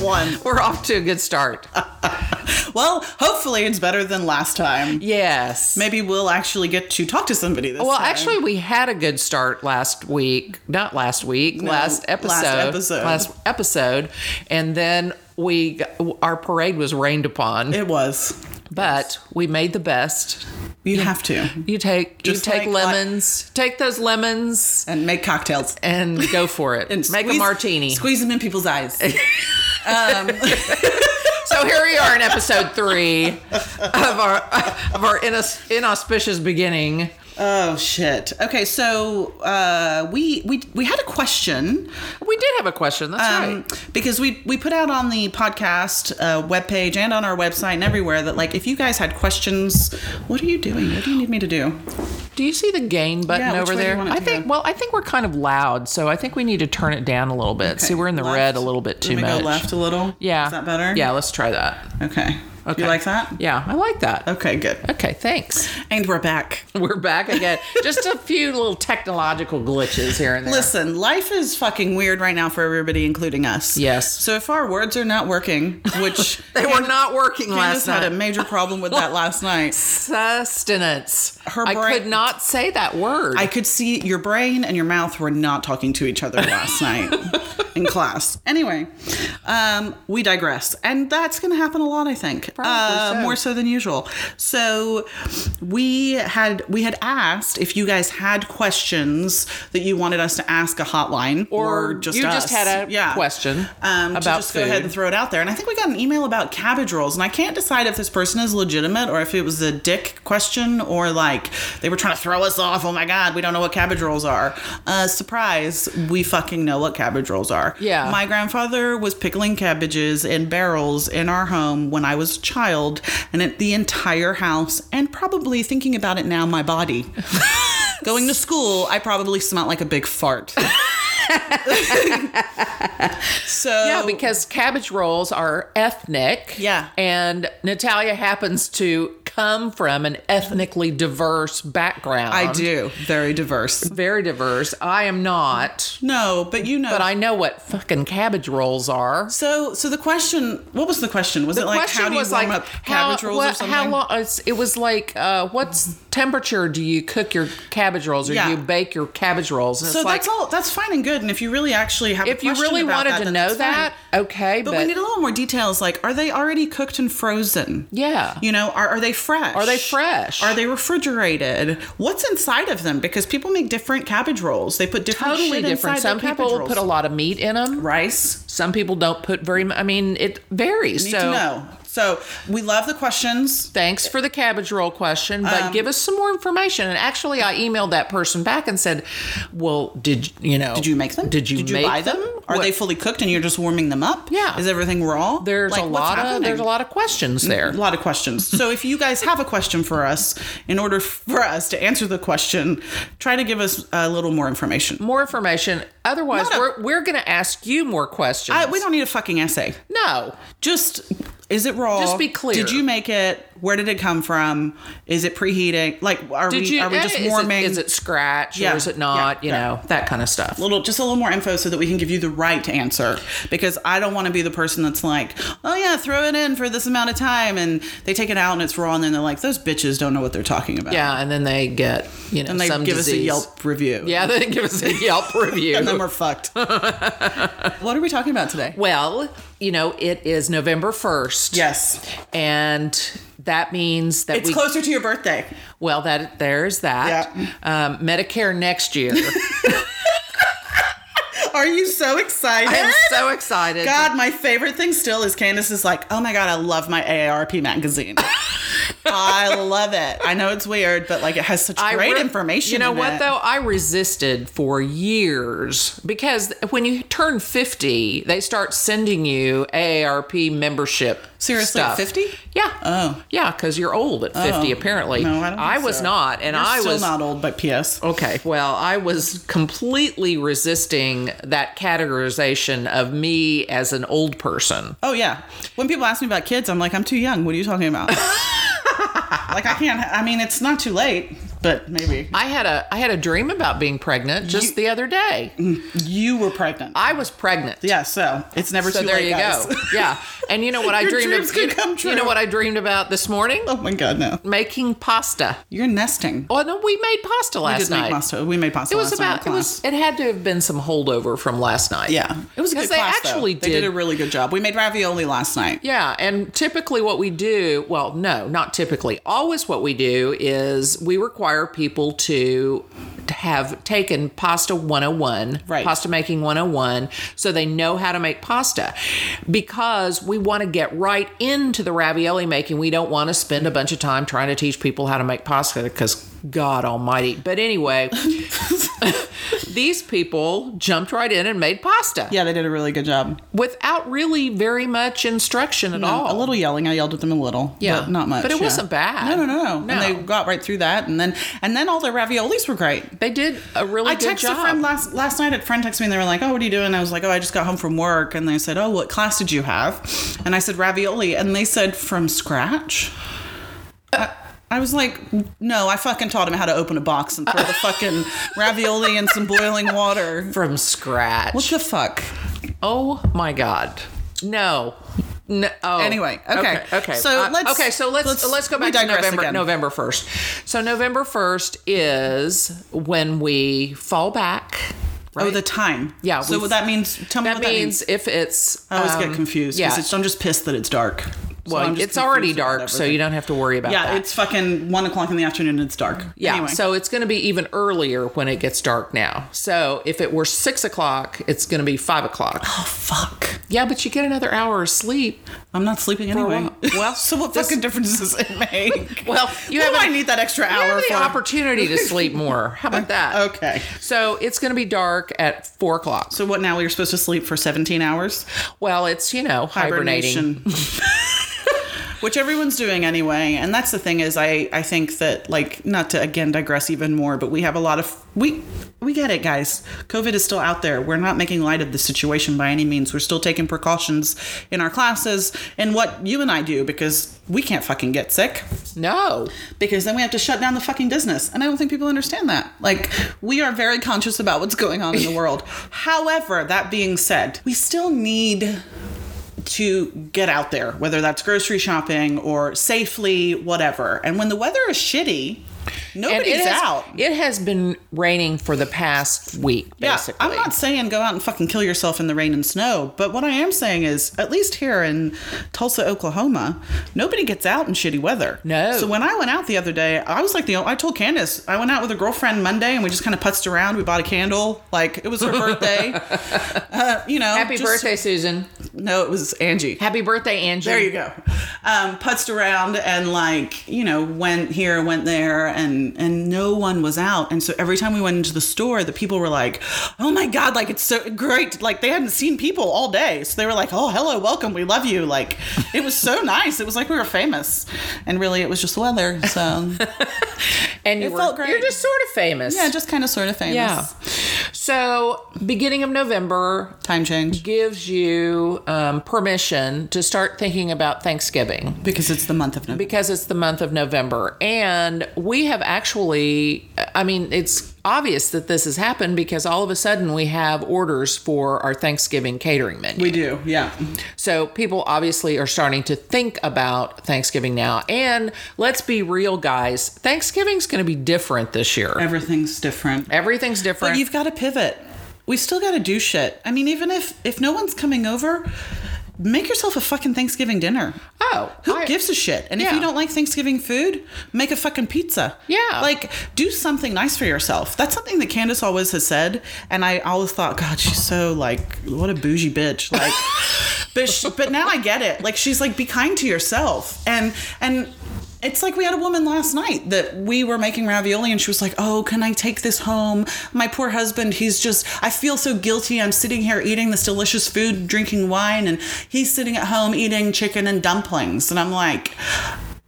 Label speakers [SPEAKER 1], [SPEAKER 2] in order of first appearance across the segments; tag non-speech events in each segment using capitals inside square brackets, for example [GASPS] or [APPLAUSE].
[SPEAKER 1] One.
[SPEAKER 2] We're off to a
[SPEAKER 1] [LAUGHS]
[SPEAKER 2] good start.
[SPEAKER 1] Well, hopefully it's better than last time.
[SPEAKER 2] Yes.
[SPEAKER 1] Maybe we'll actually get to talk to somebody this
[SPEAKER 2] Well,
[SPEAKER 1] time.
[SPEAKER 2] actually, we had a good start last week. Not last week. last episode.
[SPEAKER 1] last episode.
[SPEAKER 2] Last episode. And then we got- our parade was rained upon,
[SPEAKER 1] it was.
[SPEAKER 2] but we made the best.
[SPEAKER 1] You have to.
[SPEAKER 2] You take
[SPEAKER 1] Just
[SPEAKER 2] you take
[SPEAKER 1] like-
[SPEAKER 2] lemons. take those lemons
[SPEAKER 1] And make cocktails.
[SPEAKER 2] and go for
[SPEAKER 1] [LAUGHS]
[SPEAKER 2] it.
[SPEAKER 1] And
[SPEAKER 2] Make
[SPEAKER 1] squeeze-
[SPEAKER 2] a martini.
[SPEAKER 1] Squeeze them in people's
[SPEAKER 2] [LAUGHS]
[SPEAKER 1] eyes.
[SPEAKER 2] So here we are in episode three of our [LAUGHS] of our inaus- inauspicious beginning.
[SPEAKER 1] oh shit. Okay, so uh, we we we had a question
[SPEAKER 2] We did have a question. That's
[SPEAKER 1] um,
[SPEAKER 2] right.
[SPEAKER 1] because we we put out on the podcast uh, webpage and on our website and everywhere that like if you guys had questions, what are you doing? What do you need me to do?
[SPEAKER 2] Do you see the gain button
[SPEAKER 1] Yeah, which
[SPEAKER 2] over
[SPEAKER 1] way do you
[SPEAKER 2] there?
[SPEAKER 1] want it
[SPEAKER 2] I
[SPEAKER 1] to
[SPEAKER 2] think.
[SPEAKER 1] go?
[SPEAKER 2] Well, I think we're kind of loud, so I think we need to turn it down a little bit. See, we're in the
[SPEAKER 1] Left.
[SPEAKER 2] red a little bit too
[SPEAKER 1] Let me
[SPEAKER 2] much.
[SPEAKER 1] Go left a little.
[SPEAKER 2] Yeah.
[SPEAKER 1] Is that better?
[SPEAKER 2] Yeah, let's try that.
[SPEAKER 1] Okay.
[SPEAKER 2] Okay.
[SPEAKER 1] You like that?
[SPEAKER 2] Yeah, I like that.
[SPEAKER 1] Okay. Good.
[SPEAKER 2] Okay, thanks. [LAUGHS]
[SPEAKER 1] And we're back.
[SPEAKER 2] We're back again. Just a few little technological glitches here and there.
[SPEAKER 1] Listen, life is fucking weird right now for everybody, including us.
[SPEAKER 2] Yes.
[SPEAKER 1] So if our words are not working, which
[SPEAKER 2] [LAUGHS] they were not working
[SPEAKER 1] Candace
[SPEAKER 2] last
[SPEAKER 1] had a
[SPEAKER 2] night.
[SPEAKER 1] major problem with that
[SPEAKER 2] [LAUGHS]
[SPEAKER 1] last night.
[SPEAKER 2] Sustenance.
[SPEAKER 1] Her
[SPEAKER 2] I
[SPEAKER 1] brain-
[SPEAKER 2] could not say that word.
[SPEAKER 1] I could see your brain and your mouth were not talking to each other
[SPEAKER 2] [LAUGHS]
[SPEAKER 1] last night in class. Anyway, um, we digress. And that's going to happen a lot, I think. Uh,
[SPEAKER 2] Probably so.
[SPEAKER 1] More so than usual. So we had we had asked if you guys had questions that you wanted us to ask a hotline or, just
[SPEAKER 2] you
[SPEAKER 1] us.
[SPEAKER 2] just had a
[SPEAKER 1] Yeah.
[SPEAKER 2] question
[SPEAKER 1] um,
[SPEAKER 2] about
[SPEAKER 1] to just
[SPEAKER 2] food.
[SPEAKER 1] go ahead and throw it out there. And I think we got an email about cabbage rolls, and I can't decide if this person is legitimate or if it was a dick question or like they were trying to throw us off. Oh my god, we don't know what cabbage rolls are. Uh, surprise, we fucking know what cabbage rolls are.
[SPEAKER 2] Yeah.
[SPEAKER 1] my grandfather was pickling cabbages in barrels in our home when I was a child, and it, the entire house, and probably thinking about it now, my
[SPEAKER 2] [LAUGHS]
[SPEAKER 1] body. Going to school, I probably smelled like a big
[SPEAKER 2] [LAUGHS]
[SPEAKER 1] fart. [LAUGHS] so
[SPEAKER 2] yeah, because cabbage rolls are ethnic.
[SPEAKER 1] Yeah.
[SPEAKER 2] And Natalia happens to come from an ethnically diverse background.
[SPEAKER 1] I do. Very diverse.
[SPEAKER 2] Very diverse. I am not,
[SPEAKER 1] No, but you know.
[SPEAKER 2] but I know what fucking cabbage rolls are.
[SPEAKER 1] so so the question. What was the question? Was it like
[SPEAKER 2] question
[SPEAKER 1] how do you
[SPEAKER 2] was
[SPEAKER 1] warm
[SPEAKER 2] like
[SPEAKER 1] up cabbage
[SPEAKER 2] how,
[SPEAKER 1] rolls
[SPEAKER 2] what-
[SPEAKER 1] or something?
[SPEAKER 2] how long it's- it was like uh, what's temperature do you cook your cabbage rolls or
[SPEAKER 1] Yeah.
[SPEAKER 2] do you bake your cabbage rolls and
[SPEAKER 1] so
[SPEAKER 2] it's like
[SPEAKER 1] that's all. That's fine and good. And if you really actually have, a
[SPEAKER 2] if you
[SPEAKER 1] question
[SPEAKER 2] really
[SPEAKER 1] about
[SPEAKER 2] wanted
[SPEAKER 1] that,
[SPEAKER 2] to
[SPEAKER 1] then
[SPEAKER 2] know
[SPEAKER 1] that's fine.
[SPEAKER 2] that okay
[SPEAKER 1] but, we need a little more details. Like, are they already cooked and frozen?
[SPEAKER 2] yeah
[SPEAKER 1] You know, are, are they fresh?
[SPEAKER 2] Are they fresh?
[SPEAKER 1] Are they refrigerated? What's inside of them? Because people make different cabbage rolls. They put different
[SPEAKER 2] totally
[SPEAKER 1] shit
[SPEAKER 2] different
[SPEAKER 1] inside their
[SPEAKER 2] some
[SPEAKER 1] cabbage
[SPEAKER 2] people
[SPEAKER 1] rolls.
[SPEAKER 2] put a lot of meat in them
[SPEAKER 1] rice.
[SPEAKER 2] some people don't put very much i mean it varies
[SPEAKER 1] Need
[SPEAKER 2] so
[SPEAKER 1] to know. So we love the questions.
[SPEAKER 2] Thanks for the cabbage roll question, but
[SPEAKER 1] Um,
[SPEAKER 2] give us some more information. And actually, I emailed that person back and said, "Well, did you know?
[SPEAKER 1] Did you make them?
[SPEAKER 2] Did you, make
[SPEAKER 1] buy them? Are
[SPEAKER 2] What-
[SPEAKER 1] they fully cooked and you're just warming them up?
[SPEAKER 2] Yeah.
[SPEAKER 1] Is everything raw?
[SPEAKER 2] There's
[SPEAKER 1] Like,
[SPEAKER 2] a
[SPEAKER 1] what's
[SPEAKER 2] lot of
[SPEAKER 1] happening? Mm-hmm.
[SPEAKER 2] there's a lot of questions there.
[SPEAKER 1] A lot of questions. So if you guys have a question for us, in order for us to answer the question, try to give us a little more information.
[SPEAKER 2] More information. Otherwise,
[SPEAKER 1] Not a-
[SPEAKER 2] we're we're going to ask you more questions.
[SPEAKER 1] I, Uh, we don't need a fucking essay.
[SPEAKER 2] no.
[SPEAKER 1] Just is it raw?
[SPEAKER 2] Just be clear.
[SPEAKER 1] Did you make it? Where did it come from? Is it preheating? Like, are
[SPEAKER 2] Did
[SPEAKER 1] we
[SPEAKER 2] you? eh,
[SPEAKER 1] are we just
[SPEAKER 2] is it-
[SPEAKER 1] warming?
[SPEAKER 2] Is it, scratch
[SPEAKER 1] Yeah,
[SPEAKER 2] or is it not?
[SPEAKER 1] yeah,
[SPEAKER 2] you
[SPEAKER 1] yeah.
[SPEAKER 2] know that kind of stuff.
[SPEAKER 1] little just a little more info so that we can give you the right answer because I don't want to be the person that's like, "Oh yeah, throw it in for this amount of time and they take it out and it's raw and then they're like, those bitches don't know what they're talking about."
[SPEAKER 2] yeah, and then they get you know
[SPEAKER 1] And they
[SPEAKER 2] some
[SPEAKER 1] give us a
[SPEAKER 2] disease.
[SPEAKER 1] Yelp review.
[SPEAKER 2] Yeah, they [LAUGHS] give us a Yelp review.
[SPEAKER 1] [LAUGHS] And then we're
[SPEAKER 2] [LAUGHS]
[SPEAKER 1] fucked. what are we talking about today?
[SPEAKER 2] well, you know it is November first.
[SPEAKER 1] Yes.
[SPEAKER 2] and that means that
[SPEAKER 1] It's
[SPEAKER 2] we
[SPEAKER 1] closer to your birthday.
[SPEAKER 2] well
[SPEAKER 1] [LAUGHS]
[SPEAKER 2] that there's that um, Medicare next year.
[SPEAKER 1] Are Are you so excited?
[SPEAKER 2] I am so excited.
[SPEAKER 1] God, my favorite thing still is Candace is like, oh my God, I love my AARP
[SPEAKER 2] [LAUGHS]
[SPEAKER 1] magazine. I love it. I know it's weird, but like it has such
[SPEAKER 2] I
[SPEAKER 1] great
[SPEAKER 2] re-
[SPEAKER 1] information.
[SPEAKER 2] You know
[SPEAKER 1] in
[SPEAKER 2] what
[SPEAKER 1] it.
[SPEAKER 2] though? I resisted for years because when you turn 50, they start sending you AARP membership.
[SPEAKER 1] Seriously,
[SPEAKER 2] stuff.
[SPEAKER 1] 50?
[SPEAKER 2] Yeah.
[SPEAKER 1] Oh.
[SPEAKER 2] Yeah, because you're old at 50 apparently.
[SPEAKER 1] No, I don't think
[SPEAKER 2] was
[SPEAKER 1] so.
[SPEAKER 2] not, and
[SPEAKER 1] You're
[SPEAKER 2] I
[SPEAKER 1] still
[SPEAKER 2] was Oh.
[SPEAKER 1] not old, but P.S.
[SPEAKER 2] Okay, well, I was completely resisting that categorization of me as an old person.
[SPEAKER 1] Oh yeah. When people ask me about kids, I'm like, I'm too young. What are you talking
[SPEAKER 2] [LAUGHS]
[SPEAKER 1] about? like I can't. I mean, it's not too late, but maybe
[SPEAKER 2] I had a I had a dream about being pregnant just the other day.
[SPEAKER 1] Mm. you were pregnant.
[SPEAKER 2] I was pregnant.
[SPEAKER 1] yeah. So it's never
[SPEAKER 2] So
[SPEAKER 1] too
[SPEAKER 2] there
[SPEAKER 1] late.
[SPEAKER 2] you
[SPEAKER 1] guys.
[SPEAKER 2] go.
[SPEAKER 1] [LAUGHS]
[SPEAKER 2] Yeah. And you know what I
[SPEAKER 1] Your
[SPEAKER 2] dreamed
[SPEAKER 1] dreams
[SPEAKER 2] of?
[SPEAKER 1] can
[SPEAKER 2] You know,
[SPEAKER 1] come true.
[SPEAKER 2] you know what I dreamed about this morning?
[SPEAKER 1] oh my God, no.
[SPEAKER 2] Making pasta.
[SPEAKER 1] You're nesting.
[SPEAKER 2] Oh no, we made pasta
[SPEAKER 1] we
[SPEAKER 2] last
[SPEAKER 1] did make
[SPEAKER 2] night.
[SPEAKER 1] pasta. We made pasta.
[SPEAKER 2] It was
[SPEAKER 1] last night in
[SPEAKER 2] about it was
[SPEAKER 1] class.
[SPEAKER 2] it had to have been some holdover from last night.
[SPEAKER 1] Yeah,
[SPEAKER 2] It was
[SPEAKER 1] a
[SPEAKER 2] because
[SPEAKER 1] good
[SPEAKER 2] they
[SPEAKER 1] class, though.
[SPEAKER 2] actually
[SPEAKER 1] They did a really good job. We made ravioli last night.
[SPEAKER 2] Yeah, and typically what we do, well, no, not typically. Always what we do is we require people to to have taken pasta 101,
[SPEAKER 1] Right.
[SPEAKER 2] pasta making 101, so they know how to make pasta because we want to get right into the ravioli making. We don't want to spend a bunch of time trying to teach people how to make pasta because God almighty. But anyway, [LAUGHS] these people jumped right in and made pasta
[SPEAKER 1] Yeah, they did a really good job.
[SPEAKER 2] without really very much instruction at all.
[SPEAKER 1] A little yelling. I yelled at them a little.
[SPEAKER 2] Oh. Yeah.
[SPEAKER 1] but not much.
[SPEAKER 2] But it
[SPEAKER 1] yeah.
[SPEAKER 2] wasn't bad.
[SPEAKER 1] No, no, no, no.
[SPEAKER 2] No.
[SPEAKER 1] And they got right through that, and then and then all the raviolis were great.
[SPEAKER 2] They did a really
[SPEAKER 1] I
[SPEAKER 2] good
[SPEAKER 1] texted
[SPEAKER 2] job.
[SPEAKER 1] a friend last last night. A friend texted me and they were like, "Oh, what are you doing?" I was like, "Oh, I just got home from work." And they said, "Oh, what class did you have?" And I said, "Ravioli." And they said, "From scratch." I, I was like, "No, I fucking taught him how to open a box and
[SPEAKER 2] [LAUGHS]
[SPEAKER 1] throw the fucking ravioli in some boiling water."
[SPEAKER 2] from scratch.
[SPEAKER 1] What the fuck?
[SPEAKER 2] oh my god. No. No. oh.
[SPEAKER 1] Anyway, okay.
[SPEAKER 2] Okay. okay.
[SPEAKER 1] So
[SPEAKER 2] Uh,
[SPEAKER 1] let's-
[SPEAKER 2] okay. So let's
[SPEAKER 1] let's-
[SPEAKER 2] let's, go
[SPEAKER 1] we
[SPEAKER 2] back to
[SPEAKER 1] digress
[SPEAKER 2] November
[SPEAKER 1] again.
[SPEAKER 2] November first. So November first is when we fall back. Right?
[SPEAKER 1] Oh, the time.
[SPEAKER 2] Yeah,
[SPEAKER 1] So
[SPEAKER 2] we-
[SPEAKER 1] that means tell me
[SPEAKER 2] that
[SPEAKER 1] what
[SPEAKER 2] means if it's
[SPEAKER 1] I always
[SPEAKER 2] um,
[SPEAKER 1] get confused.
[SPEAKER 2] Yeah.
[SPEAKER 1] because it's, I'm just pissed that it's dark. So
[SPEAKER 2] well,
[SPEAKER 1] I'm just
[SPEAKER 2] it's already
[SPEAKER 1] confused about
[SPEAKER 2] dark, so
[SPEAKER 1] everything.
[SPEAKER 2] you don't have to worry about
[SPEAKER 1] Yeah,
[SPEAKER 2] that.
[SPEAKER 1] it's fucking one o'clock in the afternoon and it's dark.
[SPEAKER 2] Yeah,
[SPEAKER 1] Anyway.
[SPEAKER 2] so it's going to be even earlier when it gets dark now. So if it were six o'clock, it's going to be five o'clock.
[SPEAKER 1] oh fuck.
[SPEAKER 2] Yeah, but you get another hour of sleep.
[SPEAKER 1] I'm not sleeping anyway.
[SPEAKER 2] while.
[SPEAKER 1] [LAUGHS]
[SPEAKER 2] Well,
[SPEAKER 1] so what
[SPEAKER 2] this-
[SPEAKER 1] fucking difference does it make?
[SPEAKER 2] [LAUGHS] Well, you
[SPEAKER 1] you what
[SPEAKER 2] have
[SPEAKER 1] do I
[SPEAKER 2] an-
[SPEAKER 1] need that extra
[SPEAKER 2] You
[SPEAKER 1] hour
[SPEAKER 2] have
[SPEAKER 1] for?
[SPEAKER 2] the opportunity
[SPEAKER 1] [LAUGHS]
[SPEAKER 2] to sleep more. How about that?
[SPEAKER 1] Okay.
[SPEAKER 2] So it's going to be dark at four o'clock.
[SPEAKER 1] So what now? You're supposed to sleep for 17 hours?
[SPEAKER 2] Well, it's you know hibernating.
[SPEAKER 1] [LAUGHS] Which everyone's doing anyway, and that's the thing is I I think that like not to again digress even more, but we have a lot of we we get it, guys. COVID is still out there. We're not making light of the situation by any means. We're still taking precautions in our classes and what you and I do because we can't fucking get sick.
[SPEAKER 2] No,
[SPEAKER 1] because then we have to shut down the fucking business. And I don't think people understand that. Like, we are very conscious about what's going on in the
[SPEAKER 2] [LAUGHS]
[SPEAKER 1] world. However, that being said, we still need to get out there, whether that's grocery shopping or safely, whatever. And when the weather is shitty,
[SPEAKER 2] and
[SPEAKER 1] nobody's
[SPEAKER 2] it has,
[SPEAKER 1] out.
[SPEAKER 2] It has been raining for the past week. Basically,
[SPEAKER 1] Yeah, I'm not saying go out and fucking kill yourself in the rain and snow, but what I am saying is, at least here in Tulsa, Oklahoma, nobody gets out in shitty weather.
[SPEAKER 2] No.
[SPEAKER 1] So when I went out the other day, I was like the I told Candace I went out with a girlfriend Monday and we just kind of putzed around. We bought a candle, like it
[SPEAKER 2] [LAUGHS]
[SPEAKER 1] was her birthday. uh, you know,
[SPEAKER 2] Happy
[SPEAKER 1] just-
[SPEAKER 2] birthday, Susan.
[SPEAKER 1] No, it was Angie.
[SPEAKER 2] Happy birthday, Angie.
[SPEAKER 1] There you go. Um, putzed around and like you know went here, went there, and and no one was out. And so every time we went into the store, the people were like, "Oh my god, like it's so great!" Like they hadn't seen people all day, so they were like, "Oh, hello, welcome, we love you." Like it was so nice. It was like we were famous, and really it was just weather. So
[SPEAKER 2] And you
[SPEAKER 1] It
[SPEAKER 2] were,
[SPEAKER 1] felt great.
[SPEAKER 2] You're just sort of famous.
[SPEAKER 1] yeah, just kind of sort of famous.
[SPEAKER 2] yeah. So beginning of November,
[SPEAKER 1] Time change
[SPEAKER 2] gives you um, permission to start thinking about Thanksgiving
[SPEAKER 1] because it's the month of November.
[SPEAKER 2] because it's the month of November. And we have actually, I mean, it's obvious that this has happened because all of a sudden we have orders for our Thanksgiving catering menu.
[SPEAKER 1] We do, yeah.
[SPEAKER 2] So people obviously are starting to think about Thanksgiving now. And let's be real, guys, Thanksgiving's going to be different this year.
[SPEAKER 1] Everything's different.
[SPEAKER 2] Everything's different.
[SPEAKER 1] But you've got to pivot. We still got to do shit. I mean, even if if no one's coming over, make yourself a fucking Thanksgiving dinner.
[SPEAKER 2] I go.
[SPEAKER 1] Who
[SPEAKER 2] Oh, I-
[SPEAKER 1] gives a shit? And if
[SPEAKER 2] Yeah.
[SPEAKER 1] you don't like Thanksgiving food, make a fucking pizza.
[SPEAKER 2] Yeah.
[SPEAKER 1] Like, do something nice for yourself. That's something that Candace always has said. And I always thought, God, she's so like, what a bougie bitch. Like, but, she, but now I get it. Like, she's like, be kind to yourself. And, and, it's like we had a woman last night that we were making ravioli and she was like, "Oh, can I take this home? My poor husband, he's just I feel so guilty. I'm sitting here eating this delicious food, drinking wine and he's sitting at home eating chicken and dumplings." And I'm like,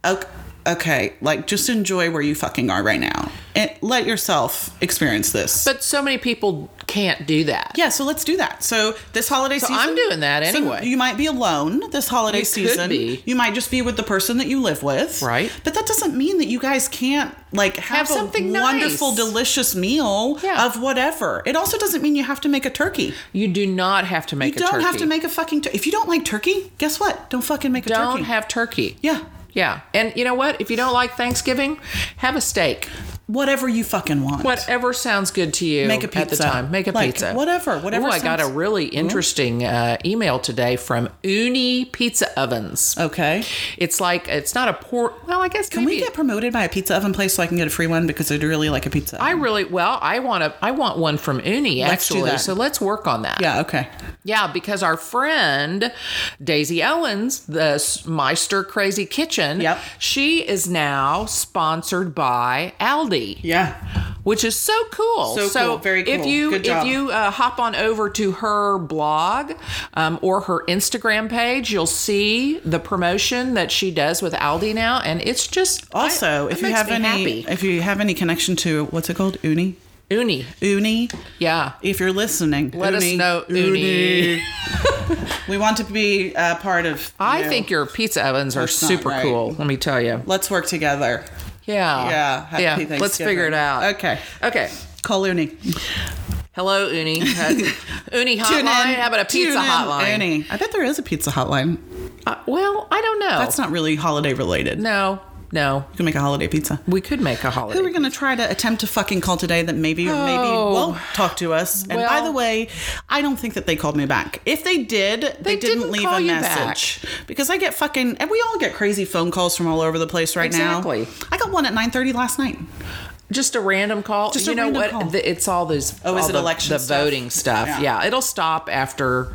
[SPEAKER 1] okay, okay, like just enjoy where you fucking are right now and let yourself experience this.
[SPEAKER 2] But so many people can't do that.
[SPEAKER 1] yeah, so let's do that. So this holiday
[SPEAKER 2] So
[SPEAKER 1] season,
[SPEAKER 2] I'm doing that
[SPEAKER 1] So
[SPEAKER 2] anyway.
[SPEAKER 1] you might be alone this holiday
[SPEAKER 2] You could
[SPEAKER 1] season.
[SPEAKER 2] be.
[SPEAKER 1] You might just be with the person that you live with,
[SPEAKER 2] Right.
[SPEAKER 1] But that doesn't mean that you guys can't like have,
[SPEAKER 2] Have something
[SPEAKER 1] a
[SPEAKER 2] nice.
[SPEAKER 1] wonderful, delicious meal
[SPEAKER 2] Yeah.
[SPEAKER 1] of whatever. It also doesn't mean you have to make a turkey.
[SPEAKER 2] You do not have to make
[SPEAKER 1] you
[SPEAKER 2] a
[SPEAKER 1] don't
[SPEAKER 2] turkey.
[SPEAKER 1] have to make a fucking. Tur- if you don't like turkey, guess what? Don't fucking make a
[SPEAKER 2] Don't
[SPEAKER 1] turkey.
[SPEAKER 2] have turkey.
[SPEAKER 1] yeah,
[SPEAKER 2] Yeah. And you know what? If you don't like Thanksgiving, have a steak.
[SPEAKER 1] whatever you fucking want.
[SPEAKER 2] Whatever sounds good to you
[SPEAKER 1] Make a
[SPEAKER 2] at the
[SPEAKER 1] pizza.
[SPEAKER 2] time. Make a
[SPEAKER 1] Like,
[SPEAKER 2] pizza.
[SPEAKER 1] whatever, whatever
[SPEAKER 2] Ooh, I got a
[SPEAKER 1] sounds- Mm-hmm.
[SPEAKER 2] really interesting uh, email today from Uni Pizza Ovens.
[SPEAKER 1] Okay.
[SPEAKER 2] It's like it's not a poor. Well, I guess
[SPEAKER 1] Uh, Can we
[SPEAKER 2] maybe
[SPEAKER 1] get promoted by a pizza oven place so I can get a free one because I'd really like a pizza.
[SPEAKER 2] I really well. I want to. I want one from Uni
[SPEAKER 1] Let's do
[SPEAKER 2] actually.
[SPEAKER 1] that.
[SPEAKER 2] So let's work on that.
[SPEAKER 1] yeah, okay.
[SPEAKER 2] Yeah, because our friend Daisy Owens, the S- Meister Crazy Kitchen,
[SPEAKER 1] Yep.
[SPEAKER 2] she is now sponsored by Aldi.
[SPEAKER 1] Yeah.
[SPEAKER 2] Which is so cool.
[SPEAKER 1] So cool. Very
[SPEAKER 2] If
[SPEAKER 1] cool.
[SPEAKER 2] you
[SPEAKER 1] Good job.
[SPEAKER 2] if you uh, hop on over to her blog um, or her Instagram page, you'll see the promotion that she does with Aldi now, and it's just I-
[SPEAKER 1] Also,
[SPEAKER 2] it
[SPEAKER 1] if you
[SPEAKER 2] makes
[SPEAKER 1] have
[SPEAKER 2] me
[SPEAKER 1] any
[SPEAKER 2] happy.
[SPEAKER 1] if you have any connection to what's it called? Uni?
[SPEAKER 2] Uni,
[SPEAKER 1] Uni?
[SPEAKER 2] yeah,
[SPEAKER 1] If you're listening,
[SPEAKER 2] Let us
[SPEAKER 1] Uni,
[SPEAKER 2] know, Uni.
[SPEAKER 1] we want to be a part of. you
[SPEAKER 2] I
[SPEAKER 1] know,
[SPEAKER 2] think your pizza ovens are
[SPEAKER 1] That's not
[SPEAKER 2] super
[SPEAKER 1] right.
[SPEAKER 2] cool. Let me tell you.
[SPEAKER 1] Let's work together.
[SPEAKER 2] Yeah.
[SPEAKER 1] Yeah. happy
[SPEAKER 2] yeah. Let's
[SPEAKER 1] Thanksgiving.
[SPEAKER 2] figure it out.
[SPEAKER 1] Okay.
[SPEAKER 2] Okay.
[SPEAKER 1] Call Uni.
[SPEAKER 2] Hello,
[SPEAKER 1] [LAUGHS]
[SPEAKER 2] Uni. Uh, Uni hotline.
[SPEAKER 1] Tune in.
[SPEAKER 2] How about a pizza
[SPEAKER 1] Tune in,
[SPEAKER 2] hotline?
[SPEAKER 1] Uni. I bet there is a pizza hotline.
[SPEAKER 2] Uh, well, I don't know.
[SPEAKER 1] That's not really holiday related. You
[SPEAKER 2] Oh. no, no.
[SPEAKER 1] can make a holiday pizza.
[SPEAKER 2] We could make a holiday.
[SPEAKER 1] Who are we going to try to attempt to fucking call today that maybe or maybe
[SPEAKER 2] Oh.
[SPEAKER 1] won't talk to us? And by
[SPEAKER 2] Well-
[SPEAKER 1] the way, I don't think that they called me back. If they did, they,
[SPEAKER 2] They
[SPEAKER 1] didn't,
[SPEAKER 2] didn't
[SPEAKER 1] leave
[SPEAKER 2] call
[SPEAKER 1] a
[SPEAKER 2] you
[SPEAKER 1] message because I get fucking and we all get crazy phone calls from all over the place right now.
[SPEAKER 2] Exactly.
[SPEAKER 1] I got one at 9:30 last night.
[SPEAKER 2] Just a random call.
[SPEAKER 1] Just
[SPEAKER 2] you
[SPEAKER 1] a
[SPEAKER 2] know
[SPEAKER 1] random
[SPEAKER 2] what?
[SPEAKER 1] call.
[SPEAKER 2] The- it's all those.
[SPEAKER 1] Oh, is
[SPEAKER 2] all
[SPEAKER 1] it
[SPEAKER 2] the,
[SPEAKER 1] election
[SPEAKER 2] The
[SPEAKER 1] stuff?
[SPEAKER 2] voting stuff.
[SPEAKER 1] Yeah.
[SPEAKER 2] Yeah. It'll stop after.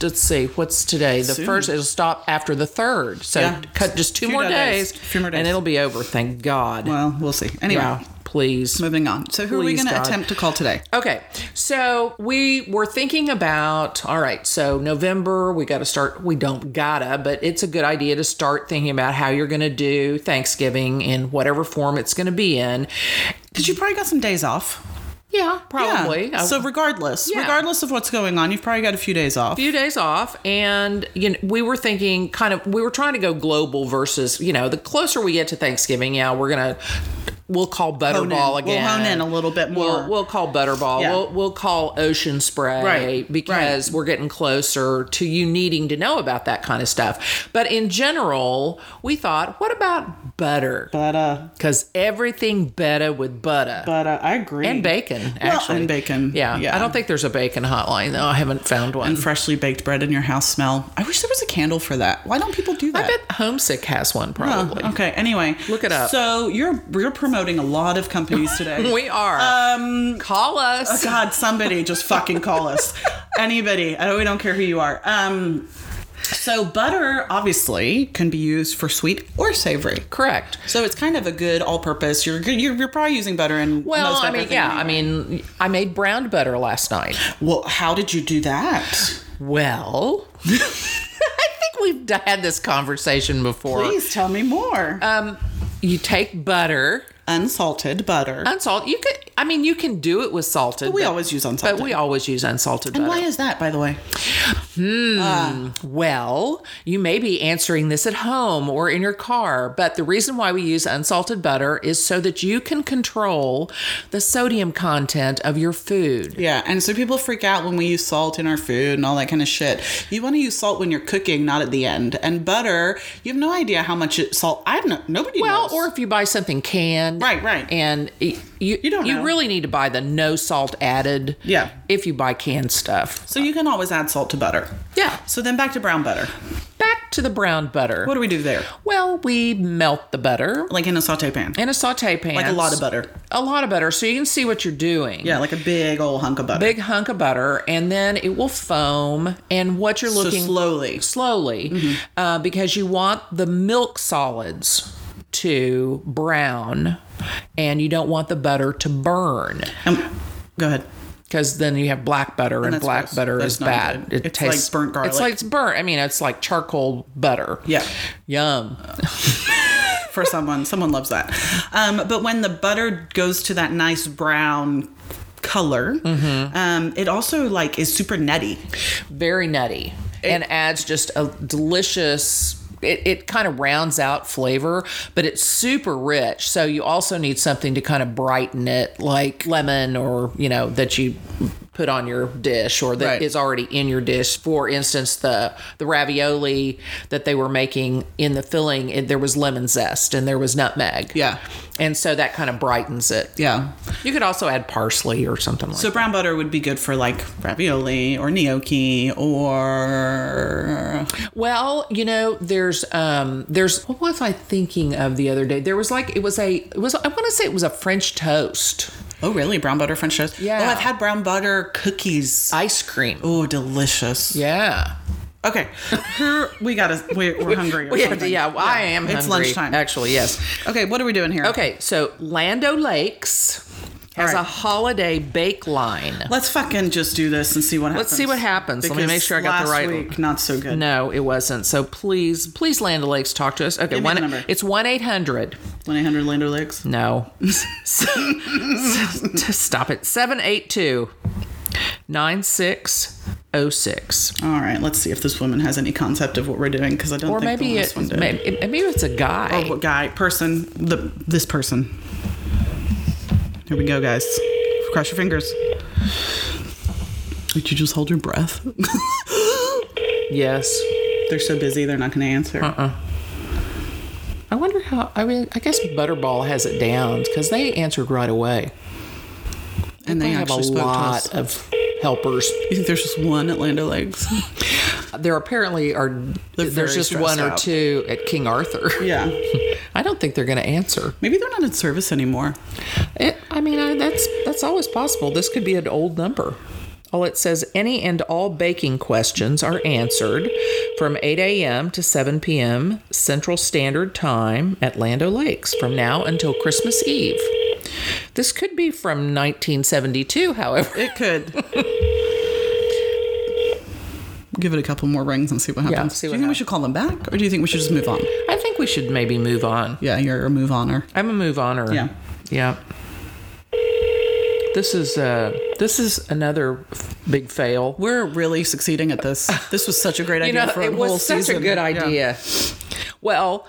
[SPEAKER 2] Let's see. What's today? The
[SPEAKER 1] Soon.
[SPEAKER 2] first. It'll stop after the third. So
[SPEAKER 1] Yeah.
[SPEAKER 2] cut just two
[SPEAKER 1] Few
[SPEAKER 2] more
[SPEAKER 1] days.
[SPEAKER 2] days,
[SPEAKER 1] Few more days.
[SPEAKER 2] and it'll be over. Thank God.
[SPEAKER 1] Well, we'll see. Anyway,
[SPEAKER 2] yeah. Please.
[SPEAKER 1] moving on. So who are we
[SPEAKER 2] Please,
[SPEAKER 1] going to
[SPEAKER 2] God.
[SPEAKER 1] attempt to call today?
[SPEAKER 2] Okay, so we were thinking about all right, so November, we got to start, we don't gotta, but it's a good idea to start thinking about how you're going to do Thanksgiving in whatever form it's going to be in.
[SPEAKER 1] Cuz you probably got some days off.
[SPEAKER 2] Yeah,
[SPEAKER 1] Yeah.
[SPEAKER 2] probably. A
[SPEAKER 1] So regardless,
[SPEAKER 2] Yeah.
[SPEAKER 1] regardless of what's going on, you've probably got a few days off.
[SPEAKER 2] few days off and you know we were thinking kind of we were trying to go global versus you know the closer we get to thanksgiving yeah we're gonna we'll call
[SPEAKER 1] in.
[SPEAKER 2] butterball
[SPEAKER 1] We'll
[SPEAKER 2] again
[SPEAKER 1] hone in a little bit more.
[SPEAKER 2] we'll, we'll call butterball
[SPEAKER 1] Yeah.
[SPEAKER 2] we'll, we'll call ocean spray
[SPEAKER 1] Right,
[SPEAKER 2] because
[SPEAKER 1] right.
[SPEAKER 2] we're getting closer to you needing to know about that kind of stuff but in general we thought what about butter
[SPEAKER 1] But uh
[SPEAKER 2] because everything better with butter
[SPEAKER 1] but uh, I agree.
[SPEAKER 2] and bacon
[SPEAKER 1] Well,
[SPEAKER 2] actually
[SPEAKER 1] and bacon.
[SPEAKER 2] yeah.
[SPEAKER 1] Yeah.
[SPEAKER 2] i don't think there's a bacon hotline though i haven't found one
[SPEAKER 1] and freshly baked bread in your house smell. I wish there was a candle for that. Why don't people do that?
[SPEAKER 2] I bet Homesick has one
[SPEAKER 1] Huh,
[SPEAKER 2] probably.
[SPEAKER 1] okay. Anyway,
[SPEAKER 2] Look it up.
[SPEAKER 1] So you're you're promoting a lot of
[SPEAKER 2] [LAUGHS]
[SPEAKER 1] companies today.
[SPEAKER 2] We are. Um, Call us.
[SPEAKER 1] God, somebody just fucking call us. Anybody. I we don't care who you are. Um, so butter obviously can be used for sweet or savory.
[SPEAKER 2] Correct.
[SPEAKER 1] So it's kind of a good all-purpose. You're good. You're, you're probably using butter in
[SPEAKER 2] Well,
[SPEAKER 1] most
[SPEAKER 2] I mean,
[SPEAKER 1] everything anyway.
[SPEAKER 2] yeah, I mean, I made brown butter last night.
[SPEAKER 1] well, how did you do that?
[SPEAKER 2] Well,
[SPEAKER 1] [LAUGHS]
[SPEAKER 2] I think we've d- had this conversation before.
[SPEAKER 1] Please tell me more.
[SPEAKER 2] Um, you take butter,
[SPEAKER 1] unsalted butter.
[SPEAKER 2] unsalt. You could, I mean, you can do it with salted.
[SPEAKER 1] we always use unsalted.
[SPEAKER 2] uh, But we always use unsalted
[SPEAKER 1] and
[SPEAKER 2] butter.
[SPEAKER 1] why is that, by the way?
[SPEAKER 2] Well, you may be answering this at home or in your car, but the reason why we use unsalted butter is so that you can control the sodium content of your food.
[SPEAKER 1] Yeah, and so people freak out when we use salt in our food and all that kind of shit. You want to use salt when you're cooking, not at the end. And butter, you have no idea how much it, salt. I don't know. Nobody
[SPEAKER 2] Well,
[SPEAKER 1] knows.
[SPEAKER 2] or if you buy something canned,
[SPEAKER 1] Right, right.
[SPEAKER 2] and y- you you,
[SPEAKER 1] don't know.
[SPEAKER 2] really need to buy the no salt added.
[SPEAKER 1] Yeah.
[SPEAKER 2] if you buy canned stuff,
[SPEAKER 1] so you can always add salt to butter.
[SPEAKER 2] yeah.
[SPEAKER 1] So then back to brown butter.
[SPEAKER 2] Back back to the brown butter.
[SPEAKER 1] What do we do there?
[SPEAKER 2] Well, we melt the butter
[SPEAKER 1] Like in a saute pan.
[SPEAKER 2] in a saute pan.
[SPEAKER 1] Like a lot of butter.
[SPEAKER 2] A lot of butter, so you can see what you're doing.
[SPEAKER 1] Yeah, like a big old hunk of butter.
[SPEAKER 2] Big hunk of butter, and then it will foam. And what you're
[SPEAKER 1] so Mm-hmm.
[SPEAKER 2] looking
[SPEAKER 1] slowly.
[SPEAKER 2] slowly uh, because you want the milk solids to brown and you don't want the butter to burn
[SPEAKER 1] Um, go ahead.
[SPEAKER 2] because then you have black butter and,
[SPEAKER 1] that's
[SPEAKER 2] black
[SPEAKER 1] gross.
[SPEAKER 2] butter
[SPEAKER 1] That's
[SPEAKER 2] is
[SPEAKER 1] not
[SPEAKER 2] bad.
[SPEAKER 1] good. It's like burnt garlic.
[SPEAKER 2] It's like it's burnt. I mean, it's like charcoal butter.
[SPEAKER 1] Yeah.
[SPEAKER 2] Yum.
[SPEAKER 1] for someone. [LAUGHS] Someone loves that. Um, but when the butter goes to that nice brown color, um, it also like is super nutty.
[SPEAKER 2] Very nutty and adds just a delicious. It, it kind of rounds out flavor, but it's super rich. So you also need something to kind of brighten it, like lemon or, you know, that you put on your dish or that is
[SPEAKER 1] Right.
[SPEAKER 2] already in your dish. For instance, the the ravioli that they were making in the filling, it, there was lemon zest and there was nutmeg.
[SPEAKER 1] Yeah.
[SPEAKER 2] And so that kind of brightens it.
[SPEAKER 1] Yeah.
[SPEAKER 2] You could also add parsley or something like
[SPEAKER 1] So brown butter would be good for like ravioli or gnocchi or
[SPEAKER 2] Well, you know, there's um there's what was I thinking of the other day? There was like it was a it was I want to say it was a french toast
[SPEAKER 1] oh really brown butter French toast.
[SPEAKER 2] Yeah.
[SPEAKER 1] Oh, I've had brown butter cookies.
[SPEAKER 2] ice cream.
[SPEAKER 1] oh, delicious.
[SPEAKER 2] Yeah.
[SPEAKER 1] Okay. Her, we gotta. We're, we're hungry. Or
[SPEAKER 2] [LAUGHS] We have to,
[SPEAKER 1] something.
[SPEAKER 2] yeah, well, I am
[SPEAKER 1] It's
[SPEAKER 2] hungry,
[SPEAKER 1] lunchtime.
[SPEAKER 2] Actually, yes.
[SPEAKER 1] Okay. What are we doing here?
[SPEAKER 2] Okay, so Lando Lakes has
[SPEAKER 1] right.
[SPEAKER 2] a holiday bake line.
[SPEAKER 1] Let's fucking just do this and see what happens.
[SPEAKER 2] Let's see what happens. Let me
[SPEAKER 1] Because
[SPEAKER 2] make sure I got the
[SPEAKER 1] last
[SPEAKER 2] right-
[SPEAKER 1] week, not so good.
[SPEAKER 2] No, it wasn't. So please, please Land O'Lakes talk to us. Okay,
[SPEAKER 1] me the number.
[SPEAKER 2] one it's 1-800
[SPEAKER 1] One eight hundred Lando Lakes.
[SPEAKER 2] No. [LAUGHS] Stop it. 782 oh, 9606.
[SPEAKER 1] All right, let's see if this woman has any concept of what we're doing because I don't
[SPEAKER 2] Or
[SPEAKER 1] think the
[SPEAKER 2] maybe
[SPEAKER 1] last
[SPEAKER 2] it,
[SPEAKER 1] one did. Oh,
[SPEAKER 2] maybe, it- maybe it's a guy.
[SPEAKER 1] What guy, person, the this person. Here we go, guys. Cross your fingers. Did you just hold your breath? [LAUGHS]
[SPEAKER 2] yes.
[SPEAKER 1] they're so busy, they're not going to answer.
[SPEAKER 2] I wonder how. I mean, I guess Butterball has it down because they answered right away.
[SPEAKER 1] and they
[SPEAKER 2] have a
[SPEAKER 1] actually spoke
[SPEAKER 2] lot
[SPEAKER 1] to us.
[SPEAKER 2] of helpers.
[SPEAKER 1] You think there's just one at Lando Lakes?
[SPEAKER 2] [LAUGHS] There apparently are.
[SPEAKER 1] very
[SPEAKER 2] There's just one
[SPEAKER 1] stressed
[SPEAKER 2] or
[SPEAKER 1] out.
[SPEAKER 2] two at King Arthur.
[SPEAKER 1] yeah.
[SPEAKER 2] [LAUGHS] I don't think they're going to answer.
[SPEAKER 1] Maybe they're not in service anymore.
[SPEAKER 2] It, I mean, I, that's that's always possible. This could be an old number. All it says, any and all baking questions are answered from 8 a.m. to 7 p.m. Central Standard Time at Lando Lakes from now until Christmas Eve. This could be from 1972, however.
[SPEAKER 1] It
[SPEAKER 2] [LAUGHS]
[SPEAKER 1] could. Give it a couple more rings and see what happens.
[SPEAKER 2] see
[SPEAKER 1] do you think
[SPEAKER 2] what
[SPEAKER 1] we
[SPEAKER 2] happens.
[SPEAKER 1] should call them back, or do you think we should just move on?
[SPEAKER 2] I think we should maybe move on.
[SPEAKER 1] Yeah, you're a move oner.
[SPEAKER 2] I'm a move oner.
[SPEAKER 1] Yeah.
[SPEAKER 2] Yeah. This is uh this is another f- big fail.
[SPEAKER 1] We're really succeeding at this. This was such a great idea
[SPEAKER 2] [LAUGHS] you know,
[SPEAKER 1] for a
[SPEAKER 2] it
[SPEAKER 1] whole
[SPEAKER 2] was such
[SPEAKER 1] season.
[SPEAKER 2] a good
[SPEAKER 1] Yeah.
[SPEAKER 2] idea. Well,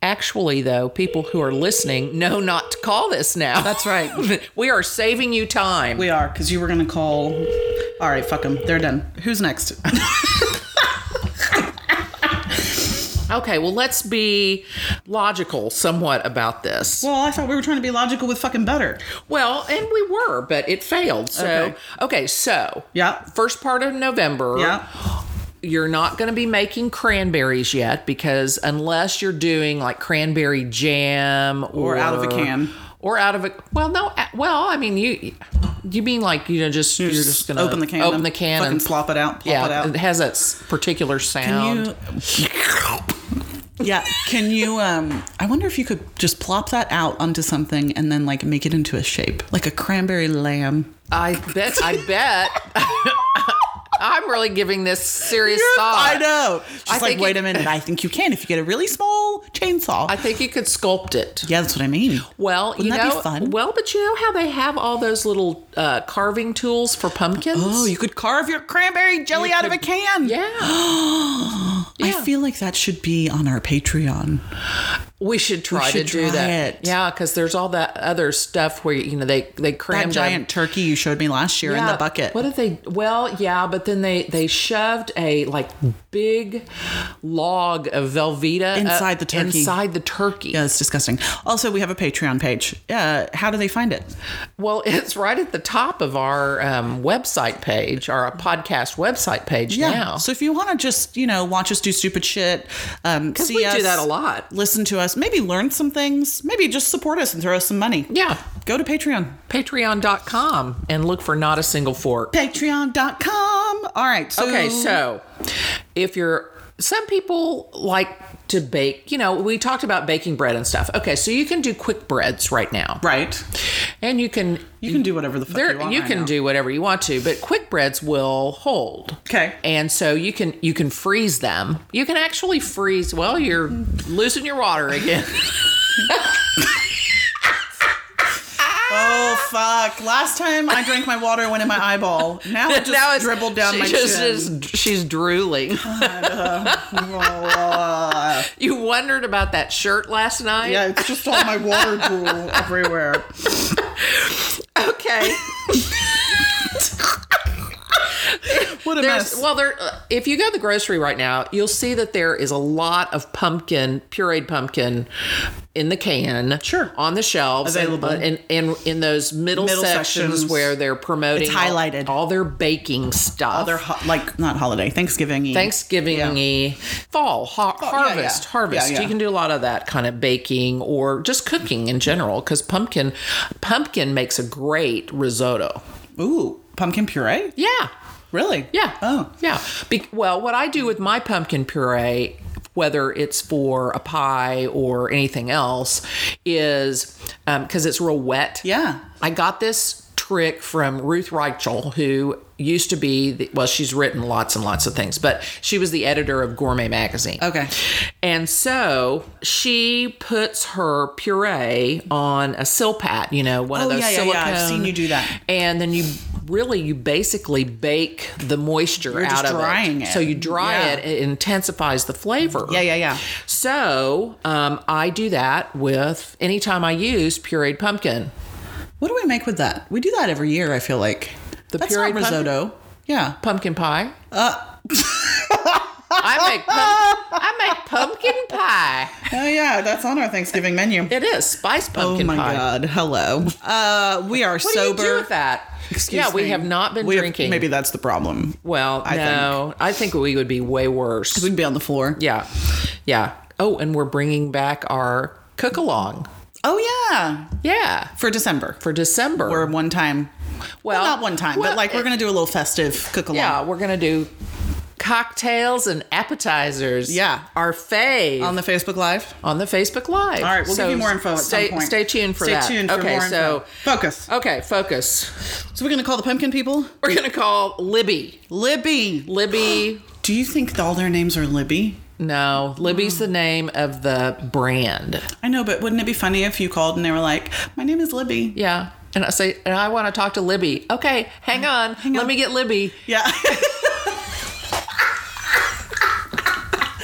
[SPEAKER 2] actually, though, people who are listening know not to call this now.
[SPEAKER 1] That's right.
[SPEAKER 2] [LAUGHS] we are saving you time.
[SPEAKER 1] We are because you were gonna call. All right, fuck them. They're done. Who's next? [LAUGHS]
[SPEAKER 2] okay, well, let's be logical somewhat about this.
[SPEAKER 1] well, I thought we were trying to be logical with fucking butter.
[SPEAKER 2] Well, and we were, but it failed. So,
[SPEAKER 1] Okay.
[SPEAKER 2] okay, so
[SPEAKER 1] Yeah.
[SPEAKER 2] first part of November.
[SPEAKER 1] Yeah.
[SPEAKER 2] you're not going to be making cranberries yet because unless you're doing like cranberry jam or,
[SPEAKER 1] Or out of a can.
[SPEAKER 2] or out of a well no a- well I mean you you mean like you know just you're, just, going to
[SPEAKER 1] open the can.
[SPEAKER 2] open
[SPEAKER 1] and
[SPEAKER 2] the can
[SPEAKER 1] Fucking
[SPEAKER 2] and
[SPEAKER 1] slop it out. Plop
[SPEAKER 2] yeah
[SPEAKER 1] it out.
[SPEAKER 2] it has that s- particular sound
[SPEAKER 1] Can you, [LAUGHS] yeah. Can you? Um, I wonder if you could just plop that out onto something and then like make it into a shape, like a cranberry lamb.
[SPEAKER 2] I bet I bet [LAUGHS] I'm really giving this serious thought
[SPEAKER 1] I know. She's
[SPEAKER 2] I
[SPEAKER 1] like,
[SPEAKER 2] think
[SPEAKER 1] wait
[SPEAKER 2] it-
[SPEAKER 1] a minute. I think you can if you get a really small chainsaw.
[SPEAKER 2] I think you could sculpt it
[SPEAKER 1] yeah, that's what I mean.
[SPEAKER 2] Well, you
[SPEAKER 1] Wouldn't that
[SPEAKER 2] know,
[SPEAKER 1] be fun?
[SPEAKER 2] well, but you know how they have all those little uh, carving tools for pumpkins.
[SPEAKER 1] Oh, you could carve your cranberry jelly out of a can. [GASPS]
[SPEAKER 2] yeah.
[SPEAKER 1] I feel like that should be on our Patreon.
[SPEAKER 2] We should try
[SPEAKER 1] should
[SPEAKER 2] to do
[SPEAKER 1] try
[SPEAKER 2] that.
[SPEAKER 1] it.
[SPEAKER 2] Yeah, because there's all that other stuff where you know they they
[SPEAKER 1] That
[SPEAKER 2] crammed a-
[SPEAKER 1] giant turkey you showed me last year in
[SPEAKER 2] Yeah,
[SPEAKER 1] the bucket.
[SPEAKER 2] What did they? Well, yeah, but then they they shoved a like big log of Velveeta
[SPEAKER 1] Inside
[SPEAKER 2] up-
[SPEAKER 1] the turkey.
[SPEAKER 2] Inside the turkey.
[SPEAKER 1] yeah, it's disgusting. Also, we have a Patreon page. Uh, how do they find it?
[SPEAKER 2] Well, [LAUGHS] it's right at the top of our um, website page, our podcast website page now.
[SPEAKER 1] So if you want to just, you know, watch us do stupid shit, um, see
[SPEAKER 2] we
[SPEAKER 1] us,
[SPEAKER 2] do that a lot.
[SPEAKER 1] listen to us, maybe learn some things, maybe just support us and throw us some money.
[SPEAKER 2] Yeah.
[SPEAKER 1] Go to Patreon.
[SPEAKER 2] Patreon.com and look for Not a Single Fork.
[SPEAKER 1] Patreon.com. All right. So,
[SPEAKER 2] Okay, so if you're some people like to bake, you know, we talked about baking bread and stuff. Okay, so you can do quick breads right now.
[SPEAKER 1] Right.
[SPEAKER 2] And you can
[SPEAKER 1] You can do whatever the fuck
[SPEAKER 2] there
[SPEAKER 1] you want.
[SPEAKER 2] you
[SPEAKER 1] right
[SPEAKER 2] can
[SPEAKER 1] now.
[SPEAKER 2] do whatever you want to, but quick breads will hold.
[SPEAKER 1] Okay.
[SPEAKER 2] and so you can you can freeze them you can actually freeze well you're losing your water again
[SPEAKER 1] Oh fuck! Last time I drank my water went in my eyeball. Now
[SPEAKER 2] [LAUGHS]
[SPEAKER 1] it [LAUGHS] just
[SPEAKER 2] it's-
[SPEAKER 1] dribbled down
[SPEAKER 2] she
[SPEAKER 1] my
[SPEAKER 2] [LAUGHS] just
[SPEAKER 1] chin.
[SPEAKER 2] is- she's
[SPEAKER 1] [LAUGHS]
[SPEAKER 2] drooling
[SPEAKER 1] Oh,
[SPEAKER 2] you wondered about that shirt last night
[SPEAKER 1] yeah, it's just all my water drool everywhere.
[SPEAKER 2] [LAUGHS] okay
[SPEAKER 1] What a
[SPEAKER 2] There's,
[SPEAKER 1] mess!
[SPEAKER 2] well, there. uh, If you go to the grocery right now, you'll see that there is a lot of pumpkin, pureed pumpkin, in the can.
[SPEAKER 1] Sure.
[SPEAKER 2] On the shelves, and- uh,
[SPEAKER 1] Available.
[SPEAKER 2] and and in, those middle,
[SPEAKER 1] Middle
[SPEAKER 2] sections,
[SPEAKER 1] sections.
[SPEAKER 2] where they're promoting
[SPEAKER 1] It's
[SPEAKER 2] all-
[SPEAKER 1] highlighted.
[SPEAKER 2] all, their baking stuff.
[SPEAKER 1] Other ho- like not holiday, Thanksgiving.
[SPEAKER 2] Thanksgiving y, fall, ha-
[SPEAKER 1] yeah,
[SPEAKER 2] harvest,
[SPEAKER 1] yeah.
[SPEAKER 2] harvest.
[SPEAKER 1] Yeah, yeah.
[SPEAKER 2] You can do a lot of that kind of baking or just cooking in general because pumpkin, pumpkin makes a great risotto.
[SPEAKER 1] Ooh, pumpkin puree.
[SPEAKER 2] Yeah,
[SPEAKER 1] Really?
[SPEAKER 2] yeah,
[SPEAKER 1] Oh.
[SPEAKER 2] yeah. Be- well, what I do with my pumpkin puree, whether it's for a pie or anything else, is because it's real wet.
[SPEAKER 1] Yeah.
[SPEAKER 2] I got this trick from Ruth Reichel, who used to be, the, well, she's written lots and lots of things, but she was the editor of Gourmet Magazine.
[SPEAKER 1] Okay.
[SPEAKER 2] And so she puts her puree on a silpat, you know, one
[SPEAKER 1] Oh,
[SPEAKER 2] of those
[SPEAKER 1] yeah, yeah, yeah.
[SPEAKER 2] silicone.
[SPEAKER 1] I've seen you do that.
[SPEAKER 2] And then you really, you basically bake the moisture
[SPEAKER 1] just
[SPEAKER 2] out of
[SPEAKER 1] drying it.
[SPEAKER 2] So you dry
[SPEAKER 1] Yeah.
[SPEAKER 2] it, it intensifies the flavor.
[SPEAKER 1] Yeah, yeah, yeah.
[SPEAKER 2] So um, I do that with anytime I use pureed pumpkin.
[SPEAKER 1] What do we make with that? We do that every year. I feel like
[SPEAKER 2] The
[SPEAKER 1] that's
[SPEAKER 2] puree
[SPEAKER 1] not
[SPEAKER 2] pumpkin-
[SPEAKER 1] risotto. Yeah.
[SPEAKER 2] pumpkin pie.
[SPEAKER 1] Uh.
[SPEAKER 2] I make pump- I make pumpkin pie.
[SPEAKER 1] Oh yeah, that's on our Thanksgiving menu.
[SPEAKER 2] It is spice
[SPEAKER 1] Oh
[SPEAKER 2] pumpkin
[SPEAKER 1] my
[SPEAKER 2] pie.
[SPEAKER 1] god! Hello. Uh, we are
[SPEAKER 2] What
[SPEAKER 1] sober.
[SPEAKER 2] do you do with that? yeah, we
[SPEAKER 1] me.
[SPEAKER 2] have not been
[SPEAKER 1] We have-
[SPEAKER 2] drinking.
[SPEAKER 1] maybe that's the problem.
[SPEAKER 2] Well,
[SPEAKER 1] I
[SPEAKER 2] no, I think we would be way worse.
[SPEAKER 1] We'd be on the floor.
[SPEAKER 2] Yeah, yeah. Oh, and we're bringing back our cook along.
[SPEAKER 1] Oh yeah,
[SPEAKER 2] Yeah,
[SPEAKER 1] for December.
[SPEAKER 2] for December.
[SPEAKER 1] For one time.
[SPEAKER 2] well,
[SPEAKER 1] Not one time,
[SPEAKER 2] well,
[SPEAKER 1] but like we're gonna do a little festive cook along.
[SPEAKER 2] yeah, we're gonna do cocktails and appetizers.
[SPEAKER 1] Yeah.
[SPEAKER 2] our fave.
[SPEAKER 1] On the Facebook Live.
[SPEAKER 2] on the Facebook
[SPEAKER 1] All
[SPEAKER 2] Live.
[SPEAKER 1] right, we'll
[SPEAKER 2] So
[SPEAKER 1] give you more info at
[SPEAKER 2] stay,
[SPEAKER 1] some point.
[SPEAKER 2] Stay tuned for
[SPEAKER 1] stay
[SPEAKER 2] that.
[SPEAKER 1] tuned for
[SPEAKER 2] okay,
[SPEAKER 1] more
[SPEAKER 2] so
[SPEAKER 1] info. Oh. focus.
[SPEAKER 2] okay, focus.
[SPEAKER 1] So we're gonna call the pumpkin people
[SPEAKER 2] We're gonna call Libby.
[SPEAKER 1] Libby.
[SPEAKER 2] Libby.
[SPEAKER 1] Do you think all their names are Libby?
[SPEAKER 2] No, Libby's the name of the brand.
[SPEAKER 1] I know, but wouldn't it be funny if you called and they were like, "My name is Libby."
[SPEAKER 2] Yeah. And I say, and I want to talk to Libby. Okay, hang on. Let
[SPEAKER 1] on.
[SPEAKER 2] me get Libby.
[SPEAKER 1] Yeah. [LAUGHS]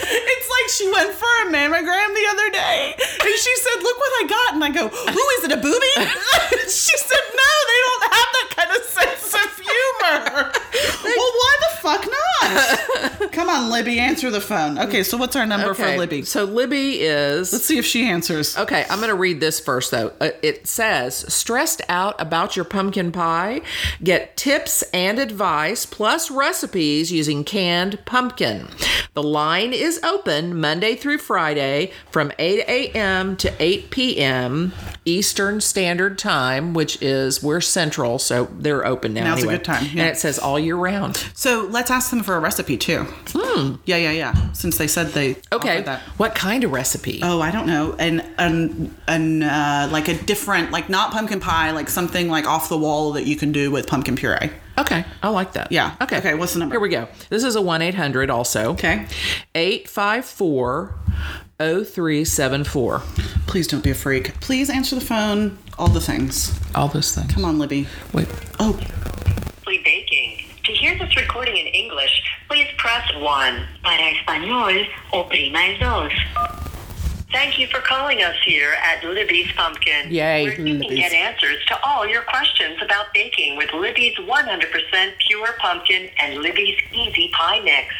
[SPEAKER 1] it's like she went for a mammogram the other day and she said, Look what I got. And I go, Who is it, a booby? [LAUGHS] she said, No, they don't have that kind of sense of
[SPEAKER 2] [LAUGHS]
[SPEAKER 1] humor. well, why the fuck
[SPEAKER 2] [LAUGHS]
[SPEAKER 1] not? Come on, Libby, answer the phone. Okay, so what's our number
[SPEAKER 2] Okay.
[SPEAKER 1] for Libby?
[SPEAKER 2] So Libby is.
[SPEAKER 1] Let's see if she answers.
[SPEAKER 2] Okay, I'm going to read this first, though. Uh, It says, stressed out about your pumpkin pie? Get tips and advice plus recipes using canned pumpkin. The line is open Monday through Friday from 8 a.m. to 8 p.m. Eastern Standard Time, which is, we're central, so they're open now.
[SPEAKER 1] Now's a
[SPEAKER 2] anyway.
[SPEAKER 1] good time, yeah.
[SPEAKER 2] And it says all year round.
[SPEAKER 1] So let's ask them for a recipe too. Yeah, yeah, yeah. Since they said they
[SPEAKER 2] Hmm. Okay,
[SPEAKER 1] offered that.
[SPEAKER 2] what kind of recipe?
[SPEAKER 1] Oh, I don't know. An an an uh, like a different like not pumpkin pie, like something like off the wall that you can do with pumpkin puree.
[SPEAKER 2] Okay, I like that.
[SPEAKER 1] Yeah.
[SPEAKER 2] Okay.
[SPEAKER 1] Okay, what's the number?
[SPEAKER 2] Here we go. This is a 1 800 also.
[SPEAKER 1] Okay.
[SPEAKER 2] 854 0374.
[SPEAKER 1] Please don't be a freak. Please answer the phone. All the things.
[SPEAKER 2] All those things.
[SPEAKER 1] Come on, Libby.
[SPEAKER 2] Wait.
[SPEAKER 1] Oh,
[SPEAKER 3] Simply Baking. To hear this recording in English, please press 1. Para español, oprima el dos. Thank you for calling us here at Libby's Pumpkin.
[SPEAKER 2] Yay,
[SPEAKER 3] where you can
[SPEAKER 2] Libby's.
[SPEAKER 3] get answers to all your questions about baking with Libby's 100% pure pumpkin and Libby's easy pie mix.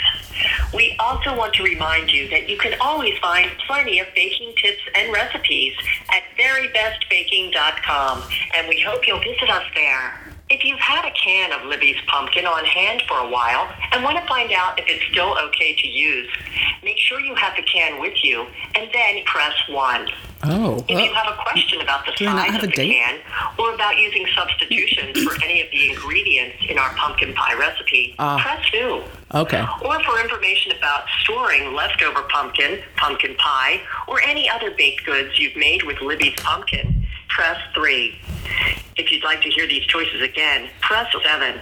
[SPEAKER 3] We also want to remind you that you can always find plenty of baking tips and recipes at verybestbaking.com, and we hope you'll visit us there. If you've had a can of Libby's pumpkin on hand for a while and want to find out if it's still okay to use, make sure you have the can with you and then press 1.
[SPEAKER 2] Oh.
[SPEAKER 3] If you have a question about the
[SPEAKER 1] Do I not
[SPEAKER 3] size
[SPEAKER 1] have
[SPEAKER 3] of
[SPEAKER 1] a
[SPEAKER 3] the
[SPEAKER 1] date?
[SPEAKER 3] can or about using substitutions for any of the ingredients in our pumpkin pie recipe,
[SPEAKER 1] Ah.
[SPEAKER 3] press 2.
[SPEAKER 2] Uh, Okay.
[SPEAKER 3] Or for information about storing leftover pumpkin, pumpkin pie, or any other baked goods you've made with Libby's pumpkin, press 3. If you'd like to hear these choices again, press 7.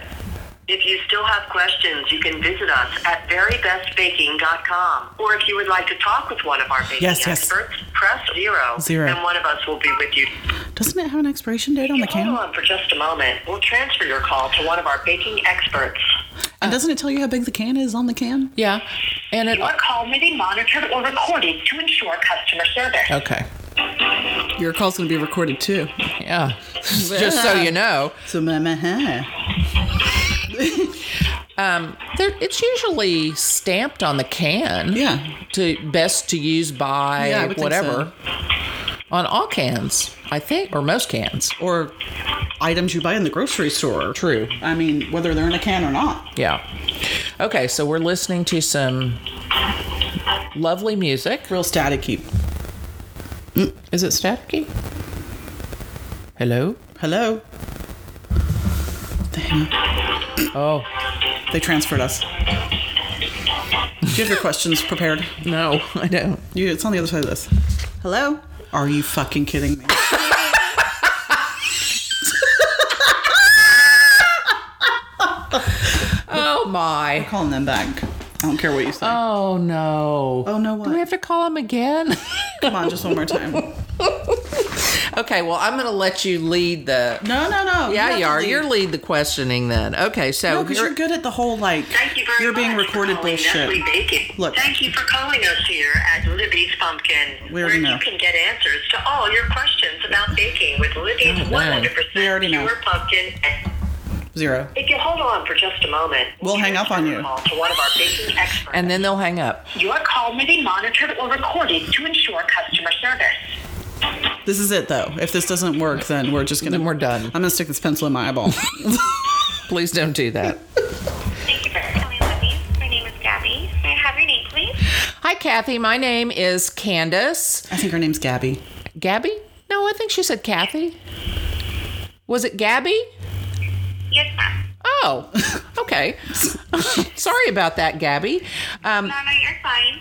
[SPEAKER 3] If you still have questions, you can visit us at verybestbaking.com. Or if you would like to talk with one of our baking
[SPEAKER 1] Yes, yes.
[SPEAKER 3] experts, press 0.
[SPEAKER 1] Zero.
[SPEAKER 3] And one of us will be with you.
[SPEAKER 1] Doesn't it have an expiration date on the
[SPEAKER 3] Hold
[SPEAKER 1] can?
[SPEAKER 3] on for just a moment. We'll transfer your call to one of our baking experts.
[SPEAKER 1] And doesn't it tell you how big the can is on the can?
[SPEAKER 2] Yeah. And it.
[SPEAKER 3] Your call may be monitored or recorded to ensure customer service.
[SPEAKER 2] Okay.
[SPEAKER 1] Your call's going to be recorded too.
[SPEAKER 2] Yeah. Just so you know.
[SPEAKER 1] So, mama, huh?
[SPEAKER 2] There, it's usually stamped on the can.
[SPEAKER 1] Yeah.
[SPEAKER 2] To best to use by
[SPEAKER 1] Yeah, I would think
[SPEAKER 2] whatever. On all cans, I think, or most cans.
[SPEAKER 1] Or items you buy in the grocery store.
[SPEAKER 2] True.
[SPEAKER 1] I mean, whether they're in a can or not.
[SPEAKER 2] Yeah. Okay, so we're listening to some lovely music.
[SPEAKER 1] Real staticky.
[SPEAKER 2] Is it staticky? Hello.
[SPEAKER 1] Hello?
[SPEAKER 2] Oh
[SPEAKER 1] They transferred us. Do you have your questions prepared?
[SPEAKER 2] no, [LAUGHS] I don't.
[SPEAKER 1] You, it's on the other side of this. Hello? Are you fucking kidding me?
[SPEAKER 2] Oh my.
[SPEAKER 1] Calling them back. I don't care what you say.
[SPEAKER 2] Oh no.
[SPEAKER 1] Oh, no,
[SPEAKER 2] Do
[SPEAKER 1] what?
[SPEAKER 2] we have to call him again? [LAUGHS]
[SPEAKER 1] Come on, just one more time. No,
[SPEAKER 2] okay. Well, I'm gonna let you lead the.
[SPEAKER 1] no, no.
[SPEAKER 2] Yeah,
[SPEAKER 1] have
[SPEAKER 2] you
[SPEAKER 1] to
[SPEAKER 2] are.
[SPEAKER 1] leave.
[SPEAKER 2] You're lead the questioning then. Okay, so
[SPEAKER 1] No, because you're good at the whole like.
[SPEAKER 3] Thank you very
[SPEAKER 1] You're being
[SPEAKER 3] much for
[SPEAKER 1] recorded
[SPEAKER 3] calling Nestle
[SPEAKER 1] bullshit.
[SPEAKER 3] Baking.
[SPEAKER 1] Look.
[SPEAKER 3] Thank you for calling us here at Libby's Pumpkin,
[SPEAKER 1] We
[SPEAKER 3] where
[SPEAKER 1] already
[SPEAKER 3] you
[SPEAKER 1] know.
[SPEAKER 3] can get answers to all your questions about baking with Libby's
[SPEAKER 2] Oh, man.
[SPEAKER 3] 100%
[SPEAKER 1] We already know.
[SPEAKER 3] pure pumpkin. And
[SPEAKER 1] Zero.
[SPEAKER 3] if you hold on for just a moment,
[SPEAKER 1] We'll hang up on you.
[SPEAKER 3] Call to one of our baking experts.
[SPEAKER 2] and then they'll hang [LAUGHS] up.
[SPEAKER 3] your call may be monitored or recorded to ensure customer service.
[SPEAKER 1] This is it though. If this doesn't work, then we're just gonna.
[SPEAKER 2] Then we're done.
[SPEAKER 1] I'm gonna stick this pencil in my
[SPEAKER 2] [LAUGHS]
[SPEAKER 1] eyeball.
[SPEAKER 2] Please don't do that.
[SPEAKER 4] Thank you for calling Libby's. My name is Gabby. May I have your name, please?
[SPEAKER 2] Hi, Kathy. My name is Candace.
[SPEAKER 1] I think her name's Gabby.
[SPEAKER 2] Gabby? No, I think she said Kathy. Was it Gabby?
[SPEAKER 4] Yes, ma'am.
[SPEAKER 2] Oh, okay. [LAUGHS] Sorry about that, Gabby. Um,
[SPEAKER 4] No, no, you're fine.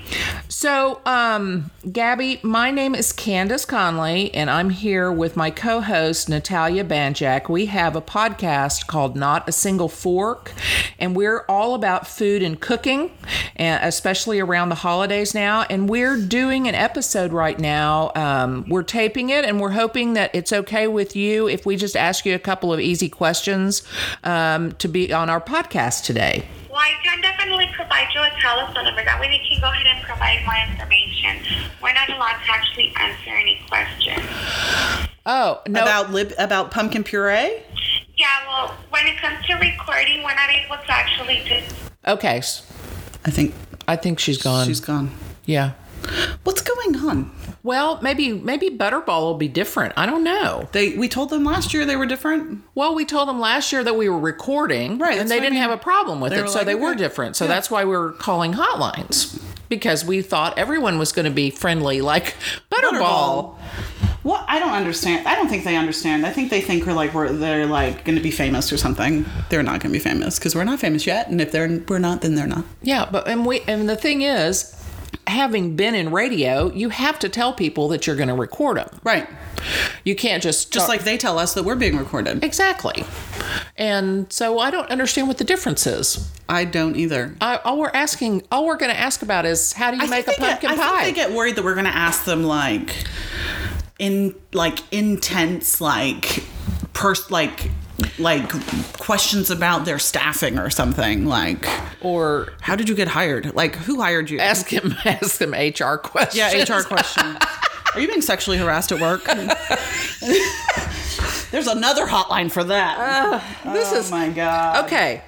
[SPEAKER 2] so, um, Gabby, my name is Candace Conley, and I'm here with my co host, Natalia Banjak. We have a podcast called Not a Single Fork, and we're all about food and cooking, and especially around the holidays now. And we're doing an episode right now. Um, we're taping it, and we're hoping that it's okay with you if we just ask you a couple of easy questions um, to be on our podcast today.
[SPEAKER 4] Well, I can definitely provide you a telephone number. That way, they can go ahead and provide more information. We're not allowed to actually answer any questions.
[SPEAKER 2] Oh, no.
[SPEAKER 1] About lib about pumpkin puree.
[SPEAKER 4] Yeah, well, when it comes to recording, we're not able to actually just.
[SPEAKER 2] okay. s-
[SPEAKER 1] I think
[SPEAKER 2] I think she's gone.
[SPEAKER 1] she's gone.
[SPEAKER 2] yeah.
[SPEAKER 1] What's going on?
[SPEAKER 2] Well, maybe maybe Butterball will be different. I don't know.
[SPEAKER 1] They we told them last year they were different.
[SPEAKER 2] Well, we told them last year that we were recording,
[SPEAKER 1] Right,
[SPEAKER 2] And
[SPEAKER 1] that's
[SPEAKER 2] they
[SPEAKER 1] what I
[SPEAKER 2] didn't
[SPEAKER 1] mean.
[SPEAKER 2] have a problem with
[SPEAKER 1] They
[SPEAKER 2] it,
[SPEAKER 1] were
[SPEAKER 2] so
[SPEAKER 1] like,
[SPEAKER 2] they were
[SPEAKER 1] okay.
[SPEAKER 2] different. So that's why we were calling hotlines because we thought everyone was going to be friendly, like [LAUGHS] Butterball.
[SPEAKER 1] What I don't understand. I don't think they understand. I think they think we're like we're they're like going to be famous or something. They're not going to be famous because we're not famous yet. And if they're we're not, then they're not.
[SPEAKER 2] Yeah, but and we and the thing is. Having been in radio, you have to tell people that you're going to record them.
[SPEAKER 1] Right.
[SPEAKER 2] You can't just
[SPEAKER 1] Just
[SPEAKER 2] start-
[SPEAKER 1] like they tell us that we're being recorded.
[SPEAKER 2] exactly. And so I don't understand what the difference is.
[SPEAKER 1] I don't either.
[SPEAKER 2] I, all we're asking, all we're going to ask about is how do you make a
[SPEAKER 1] think they
[SPEAKER 2] pumpkin
[SPEAKER 1] get, I
[SPEAKER 2] pie?
[SPEAKER 1] think they get worried that we're going to ask them like in like intense like pers- like like questions about their staffing or something. Like,
[SPEAKER 2] Or
[SPEAKER 1] how did you get hired? Like, who hired you?
[SPEAKER 2] ask him [LAUGHS] ask him HR questions.
[SPEAKER 1] Yeah, HR question. Are you being sexually harassed at work? There's another hotline for
[SPEAKER 2] Uh,
[SPEAKER 1] that.
[SPEAKER 2] [LAUGHS] This
[SPEAKER 1] oh
[SPEAKER 2] is
[SPEAKER 1] my god.
[SPEAKER 2] okay.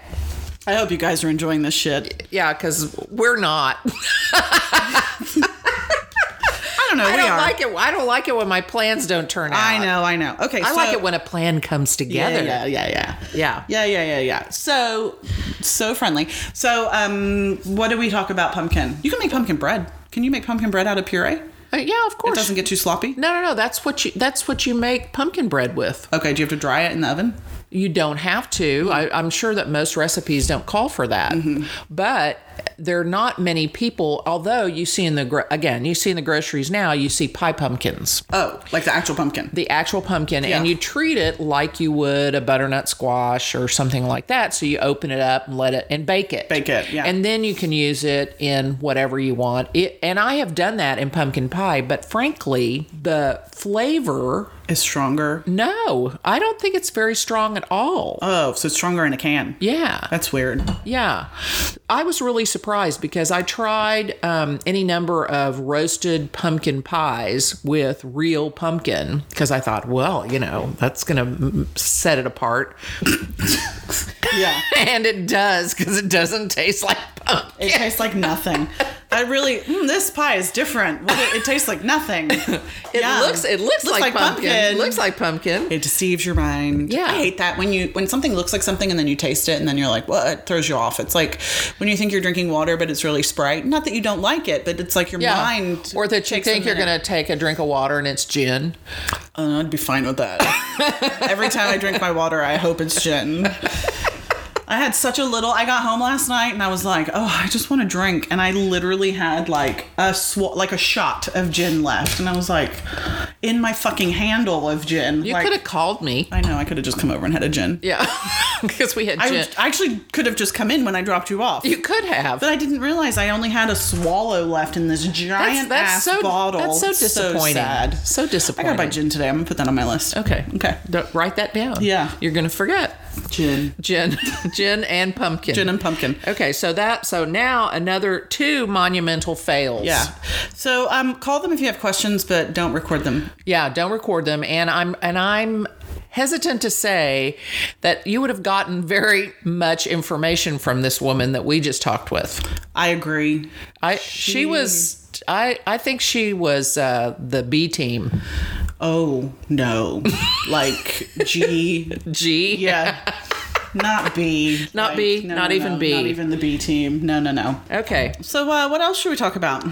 [SPEAKER 1] I hope you guys are enjoying this shit.
[SPEAKER 2] Yeah, because we're not. [LAUGHS]
[SPEAKER 1] I don't know.
[SPEAKER 2] I
[SPEAKER 1] we
[SPEAKER 2] don't
[SPEAKER 1] are.
[SPEAKER 2] like it. I don't like it when my plans don't turn out.
[SPEAKER 1] I know. I know. Okay.
[SPEAKER 2] I
[SPEAKER 1] so,
[SPEAKER 2] like it when a plan comes
[SPEAKER 1] Yeah,
[SPEAKER 2] together.
[SPEAKER 1] yeah, yeah, yeah.
[SPEAKER 2] Yeah.
[SPEAKER 1] Yeah, yeah, yeah, yeah. So, so friendly. So, um, what do we talk about? Pumpkin. You can make pumpkin bread. Can you make pumpkin bread out of puree? It
[SPEAKER 2] Uh, yeah, of course.
[SPEAKER 1] doesn't get too sloppy.
[SPEAKER 2] no, no, no. That's what you. That's what you make pumpkin bread with.
[SPEAKER 1] Okay. Do you have to dry it in the oven?
[SPEAKER 2] You don't have
[SPEAKER 1] Mm-hmm.
[SPEAKER 2] to. I, I'm sure that most recipes don't call for that, but there are not many people. Although you see in the gro- again, you see in the groceries now, you see pie pumpkins,
[SPEAKER 1] Oh, like the actual pumpkin.
[SPEAKER 2] the actual pumpkin,
[SPEAKER 1] Yeah.
[SPEAKER 2] and you treat it like you would a butternut squash or something like that. So you open it up and let it and bake it.
[SPEAKER 1] Bake it, yeah.
[SPEAKER 2] And then you can use it in whatever you want. It, and I have done that in pumpkin pie, but frankly, the flavor.
[SPEAKER 1] It's stronger.
[SPEAKER 2] No, I don't think it's very strong at all.
[SPEAKER 1] Oh, so it's stronger in a can.
[SPEAKER 2] yeah.
[SPEAKER 1] That's weird.
[SPEAKER 2] Yeah. I was really surprised because I tried um, any number of roasted pumpkin pies with real pumpkin because I thought, well, you know, that's going to set it apart.
[SPEAKER 1] [LAUGHS] Yeah.
[SPEAKER 2] [LAUGHS] and it does because it doesn't taste like pumpkin.
[SPEAKER 1] It tastes like
[SPEAKER 2] [LAUGHS]
[SPEAKER 1] nothing. I really, mm, this pie is different. What it, it tastes like nothing. It
[SPEAKER 2] [LAUGHS] It looks, it looks, like, pumpkin. It looks like pumpkin.
[SPEAKER 1] It deceives your mind.
[SPEAKER 2] Yeah.
[SPEAKER 1] I hate that when you when something looks like something and then you taste it and then you're like, well, it throws you off. It's like when you think you're drinking water, but it's really Sprite. Not that you don't like it, but it's like your
[SPEAKER 2] yeah.
[SPEAKER 1] mind.
[SPEAKER 2] or that you
[SPEAKER 1] takes a
[SPEAKER 2] think you're
[SPEAKER 1] minute.
[SPEAKER 2] going to take a drink of water and it's gin.
[SPEAKER 1] Uh, I'd be fine with
[SPEAKER 2] [LAUGHS]
[SPEAKER 1] that. Every time I drink my water, I hope it's gin. I had such a little. I got home last night and I was like, "Oh, I just want to drink," and I literally had like a sw- like a shot of gin left, and I was like, in my fucking handle of gin.
[SPEAKER 2] You
[SPEAKER 1] like,
[SPEAKER 2] could have called me.
[SPEAKER 1] I know. I could have just come over and had a gin.
[SPEAKER 2] Yeah. [LAUGHS] Because we had
[SPEAKER 1] I
[SPEAKER 2] gin.
[SPEAKER 1] was- I actually could have just come in when I dropped you off.
[SPEAKER 2] you could have.
[SPEAKER 1] but I didn't realize I only had a swallow left in this giant ass bottle.
[SPEAKER 2] That's so disappointing. So,
[SPEAKER 1] sad. I
[SPEAKER 2] disappointing.
[SPEAKER 1] gotta buy gin today. I'm gonna put that on my list.
[SPEAKER 2] Okay.
[SPEAKER 1] Okay.
[SPEAKER 2] D- write that down.
[SPEAKER 1] Yeah.
[SPEAKER 2] You're gonna forget
[SPEAKER 1] Gin.
[SPEAKER 2] gin, [LAUGHS] gin and pumpkin.
[SPEAKER 1] Gin and pumpkin.
[SPEAKER 2] Okay, so that so now another two monumental fails.
[SPEAKER 1] Yeah. So um, call them if you have questions, but don't record them.
[SPEAKER 2] Yeah. Don't record them, and I'm and I'm hesitant to say that you would have gotten very much information from this woman that we just talked with.
[SPEAKER 1] I agree.
[SPEAKER 2] I she, was. I, I think she was uh, the B team.
[SPEAKER 1] Oh
[SPEAKER 2] [LAUGHS]
[SPEAKER 1] no. Like G.
[SPEAKER 2] G.
[SPEAKER 1] Yeah. Not B.
[SPEAKER 2] Not B, not even
[SPEAKER 1] no,
[SPEAKER 2] B.
[SPEAKER 1] Not even the B team. No, no, no.
[SPEAKER 2] [LAUGHS] Okay.
[SPEAKER 1] So uh, what else should we talk about?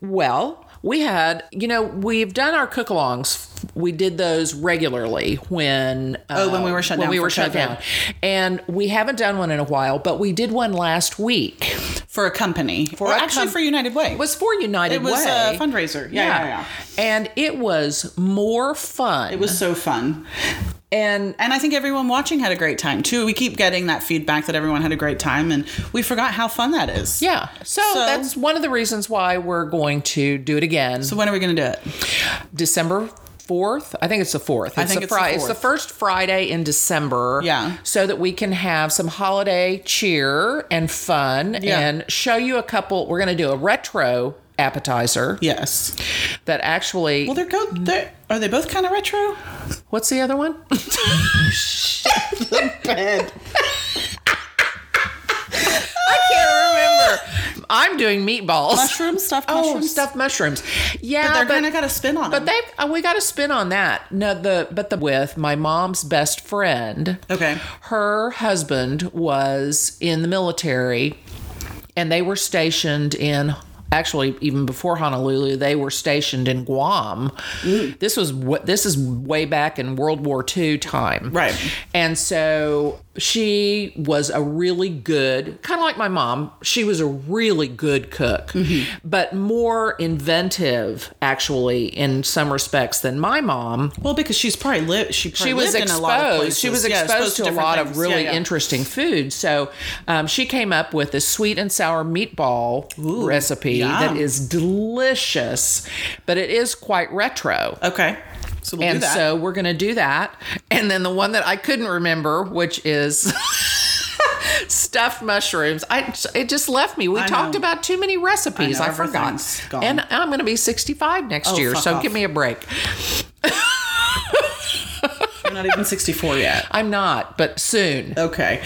[SPEAKER 2] Well, we had, you know, we've done our cook alongs. We did those regularly when um,
[SPEAKER 1] Oh, when we were shut
[SPEAKER 2] when
[SPEAKER 1] down
[SPEAKER 2] we
[SPEAKER 1] for
[SPEAKER 2] were shut
[SPEAKER 1] COVID.
[SPEAKER 2] down, and we haven't done one in a while. But we did one last week.
[SPEAKER 1] For a company. For
[SPEAKER 2] a
[SPEAKER 1] actually
[SPEAKER 2] com-
[SPEAKER 1] for United Way.
[SPEAKER 2] It was for United
[SPEAKER 1] It was
[SPEAKER 2] Way
[SPEAKER 1] a fundraiser. Yeah, yeah, yeah.
[SPEAKER 2] and it was more fun.
[SPEAKER 1] It was so fun.
[SPEAKER 2] and
[SPEAKER 1] And I think everyone watching had a great time too. We keep getting that feedback that everyone had a great time and we forgot how fun that is.
[SPEAKER 2] yeah, so,
[SPEAKER 1] So-
[SPEAKER 2] that's one of the reasons why we're going to do it again.
[SPEAKER 1] So when are we gonna do it?
[SPEAKER 2] December 4th. I think it's the 4th. It's
[SPEAKER 1] think
[SPEAKER 2] the
[SPEAKER 1] it's the
[SPEAKER 2] It's the
[SPEAKER 1] 4th.
[SPEAKER 2] first Friday in December.
[SPEAKER 1] Yeah.
[SPEAKER 2] So that we can have some holiday cheer and fun
[SPEAKER 1] Yeah.
[SPEAKER 2] and show you a couple. We're going to do a retro appetizer
[SPEAKER 1] Yes.
[SPEAKER 2] that actually.
[SPEAKER 1] Well, they're go. They're, are they both kind of retro?
[SPEAKER 2] what's the
[SPEAKER 1] [LAUGHS]
[SPEAKER 2] other one? I can't remember. I'm doing meatballs.
[SPEAKER 1] Mushroom stuffed
[SPEAKER 2] Oh,
[SPEAKER 1] mushrooms.
[SPEAKER 2] stuffed mushrooms. Yeah,
[SPEAKER 1] But they're
[SPEAKER 2] but-
[SPEAKER 1] kind of got a spin on
[SPEAKER 2] But
[SPEAKER 1] them.
[SPEAKER 2] they uh, we got to spin on that. No, the but the with my mom's best friend.
[SPEAKER 1] okay.
[SPEAKER 2] Her husband was in the military, and they were stationed in. Actually, even before Honolulu, they were stationed in Guam. This was what this is way back in World War II time,
[SPEAKER 1] Right.
[SPEAKER 2] And so she was a really good, kind of like my mom. She was a really good cook, but more inventive, actually, in some respects than my mom
[SPEAKER 1] Well, because she's probably lived. She probably
[SPEAKER 2] she was
[SPEAKER 1] lived in a lot of
[SPEAKER 2] exposed.
[SPEAKER 1] places.
[SPEAKER 2] She was
[SPEAKER 1] Yeah,
[SPEAKER 2] exposed, to, a
[SPEAKER 1] different
[SPEAKER 2] lot of
[SPEAKER 1] things.
[SPEAKER 2] really
[SPEAKER 1] Yeah, yeah.
[SPEAKER 2] interesting food. So um, she came up with this sweet and sour meatball recipe that
[SPEAKER 1] yum.
[SPEAKER 2] is delicious, but it is quite retro.
[SPEAKER 1] Okay. So we'll
[SPEAKER 2] and
[SPEAKER 1] do that.
[SPEAKER 2] so we're going to do that. And then the one that I couldn't remember, which is [LAUGHS] stuffed mushrooms. I it just left me. We
[SPEAKER 1] I
[SPEAKER 2] talked
[SPEAKER 1] know.
[SPEAKER 2] about too many recipes.
[SPEAKER 1] I
[SPEAKER 2] I,
[SPEAKER 1] know, everything's
[SPEAKER 2] forgot.
[SPEAKER 1] gone.
[SPEAKER 2] And I'm going to be 65 next
[SPEAKER 1] Oh,
[SPEAKER 2] year,
[SPEAKER 1] fuck
[SPEAKER 2] so
[SPEAKER 1] off.
[SPEAKER 2] give me a break.
[SPEAKER 1] You're not even 64 yet.
[SPEAKER 2] I'm not, but soon.
[SPEAKER 1] Okay.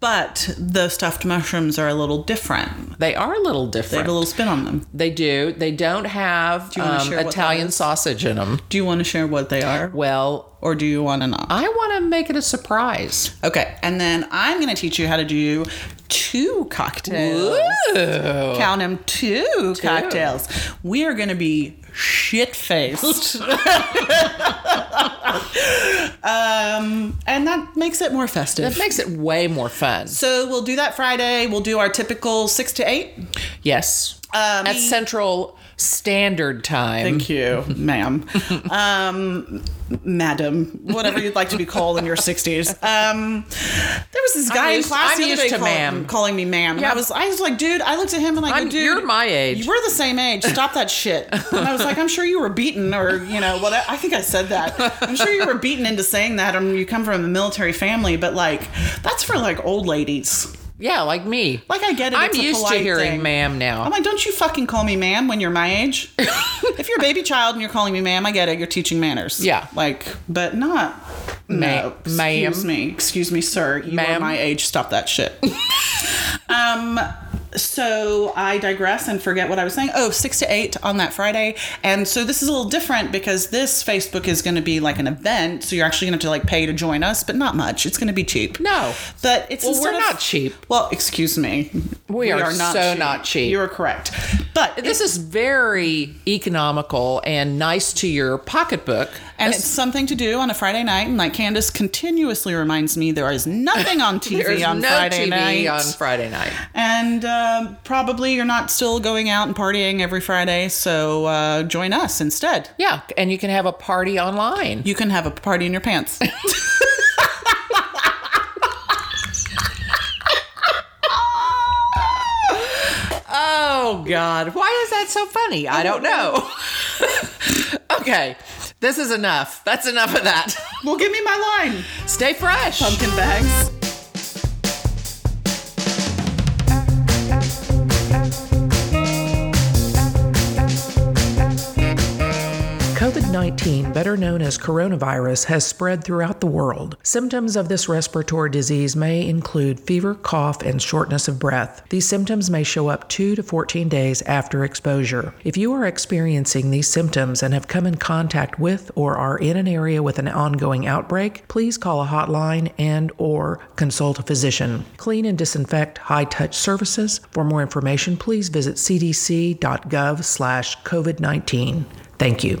[SPEAKER 1] But the stuffed mushrooms are a little different.
[SPEAKER 2] They are a little
[SPEAKER 1] They
[SPEAKER 2] different.
[SPEAKER 1] have a little spin on them.
[SPEAKER 2] They do. They don't have
[SPEAKER 1] you wanna
[SPEAKER 2] um,
[SPEAKER 1] share what that
[SPEAKER 2] Italian
[SPEAKER 1] is?
[SPEAKER 2] sausage in them.
[SPEAKER 1] Do you want to share what they are?
[SPEAKER 2] Well,
[SPEAKER 1] Or do you want to not?
[SPEAKER 2] I want to make it a surprise.
[SPEAKER 1] Okay, and then I'm gonna teach you how to do two cocktails. Count them two, cocktails. We are gonna be shit faced. um, and that makes it more festive.
[SPEAKER 2] It makes it way more fun.
[SPEAKER 1] so we'll do that Friday. We'll do our typical six to eight.
[SPEAKER 2] Yes.
[SPEAKER 1] Um,
[SPEAKER 2] At Central Standard Time.
[SPEAKER 1] Thank you, ma'am. um, madam, whatever you'd like to be called in your 60s. Um, there was this guy in
[SPEAKER 2] used-
[SPEAKER 1] class
[SPEAKER 2] I'm
[SPEAKER 1] the other
[SPEAKER 2] used
[SPEAKER 1] day
[SPEAKER 2] to
[SPEAKER 1] calling,
[SPEAKER 2] ma'am.
[SPEAKER 1] calling me ma'am. And
[SPEAKER 2] Yeah.
[SPEAKER 1] I was I was like, dude, I looked at him and like,
[SPEAKER 2] I'm-
[SPEAKER 1] dude,
[SPEAKER 2] you're my age.
[SPEAKER 1] We're the same age. Stop that shit. And I was like, I'm sure you were beaten or, you know, what I think I said that. I'm sure you were beaten into saying that. I mean, you come from a military family, but like, that's for like old ladies.
[SPEAKER 2] Yeah, like me.
[SPEAKER 1] Like, I get it.
[SPEAKER 2] I'm
[SPEAKER 1] it's a
[SPEAKER 2] used to
[SPEAKER 1] polite
[SPEAKER 2] hearing
[SPEAKER 1] thing.
[SPEAKER 2] ma'am now.
[SPEAKER 1] I'm like, don't you fucking call me ma'am when you're my
[SPEAKER 2] [LAUGHS]
[SPEAKER 1] age. if you're a baby child and you're calling me ma'am, I get it. You're teaching manners.
[SPEAKER 2] Yeah.
[SPEAKER 1] Like, but not.
[SPEAKER 2] Ma-
[SPEAKER 1] no. Excuse
[SPEAKER 2] ma'am.
[SPEAKER 1] me. Excuse me, sir. You are
[SPEAKER 2] Ma'am.
[SPEAKER 1] my age. Stop that
[SPEAKER 2] [LAUGHS]
[SPEAKER 1] shit. um. So I digress and forget what I was saying. Oh, six to eight on that Friday. And so this is a little different because this Facebook is going to be like an event. So you're actually going to have to like pay to join us, but not much. It's going to be cheap. [LAUGHS]
[SPEAKER 2] no.
[SPEAKER 1] But it's
[SPEAKER 2] Well, we're
[SPEAKER 1] instead of-
[SPEAKER 2] not cheap.
[SPEAKER 1] Well, excuse me. We,
[SPEAKER 2] are so not cheap.
[SPEAKER 1] You are correct. But
[SPEAKER 2] This is very economical and nice to your pocketbook.
[SPEAKER 1] and it's something to do on a Friday night, and like Candace continuously reminds me, there is nothing
[SPEAKER 2] [LAUGHS]
[SPEAKER 1] on
[SPEAKER 2] There's
[SPEAKER 1] TV on
[SPEAKER 2] no
[SPEAKER 1] Friday
[SPEAKER 2] TV
[SPEAKER 1] night,
[SPEAKER 2] on Friday night.
[SPEAKER 1] and um, probably you're not still going out and partying every Friday. So uh, join us instead.
[SPEAKER 2] Yeah, and you can have a party online.
[SPEAKER 1] You can have a party in your
[SPEAKER 2] [LAUGHS]
[SPEAKER 1] pants.
[SPEAKER 2] Oh God, why is that so funny? I don't know. [LAUGHS] okay, this is enough. That's enough of that.
[SPEAKER 1] well, give me my line,
[SPEAKER 2] Stay fresh.
[SPEAKER 1] pumpkin bags.
[SPEAKER 5] COVID 19, better known as coronavirus, has spread throughout the world. Symptoms of this respiratory disease may include fever, cough, and shortness of breath. These symptoms may show up 2 to 14 days after exposure. If you are experiencing these symptoms and have come in contact with or are in an area with an ongoing outbreak, please call a hotline and or consult a physician. Clean and disinfect high-touch surfaces. For more information, please visit cdc.gov/covid19. Thank you.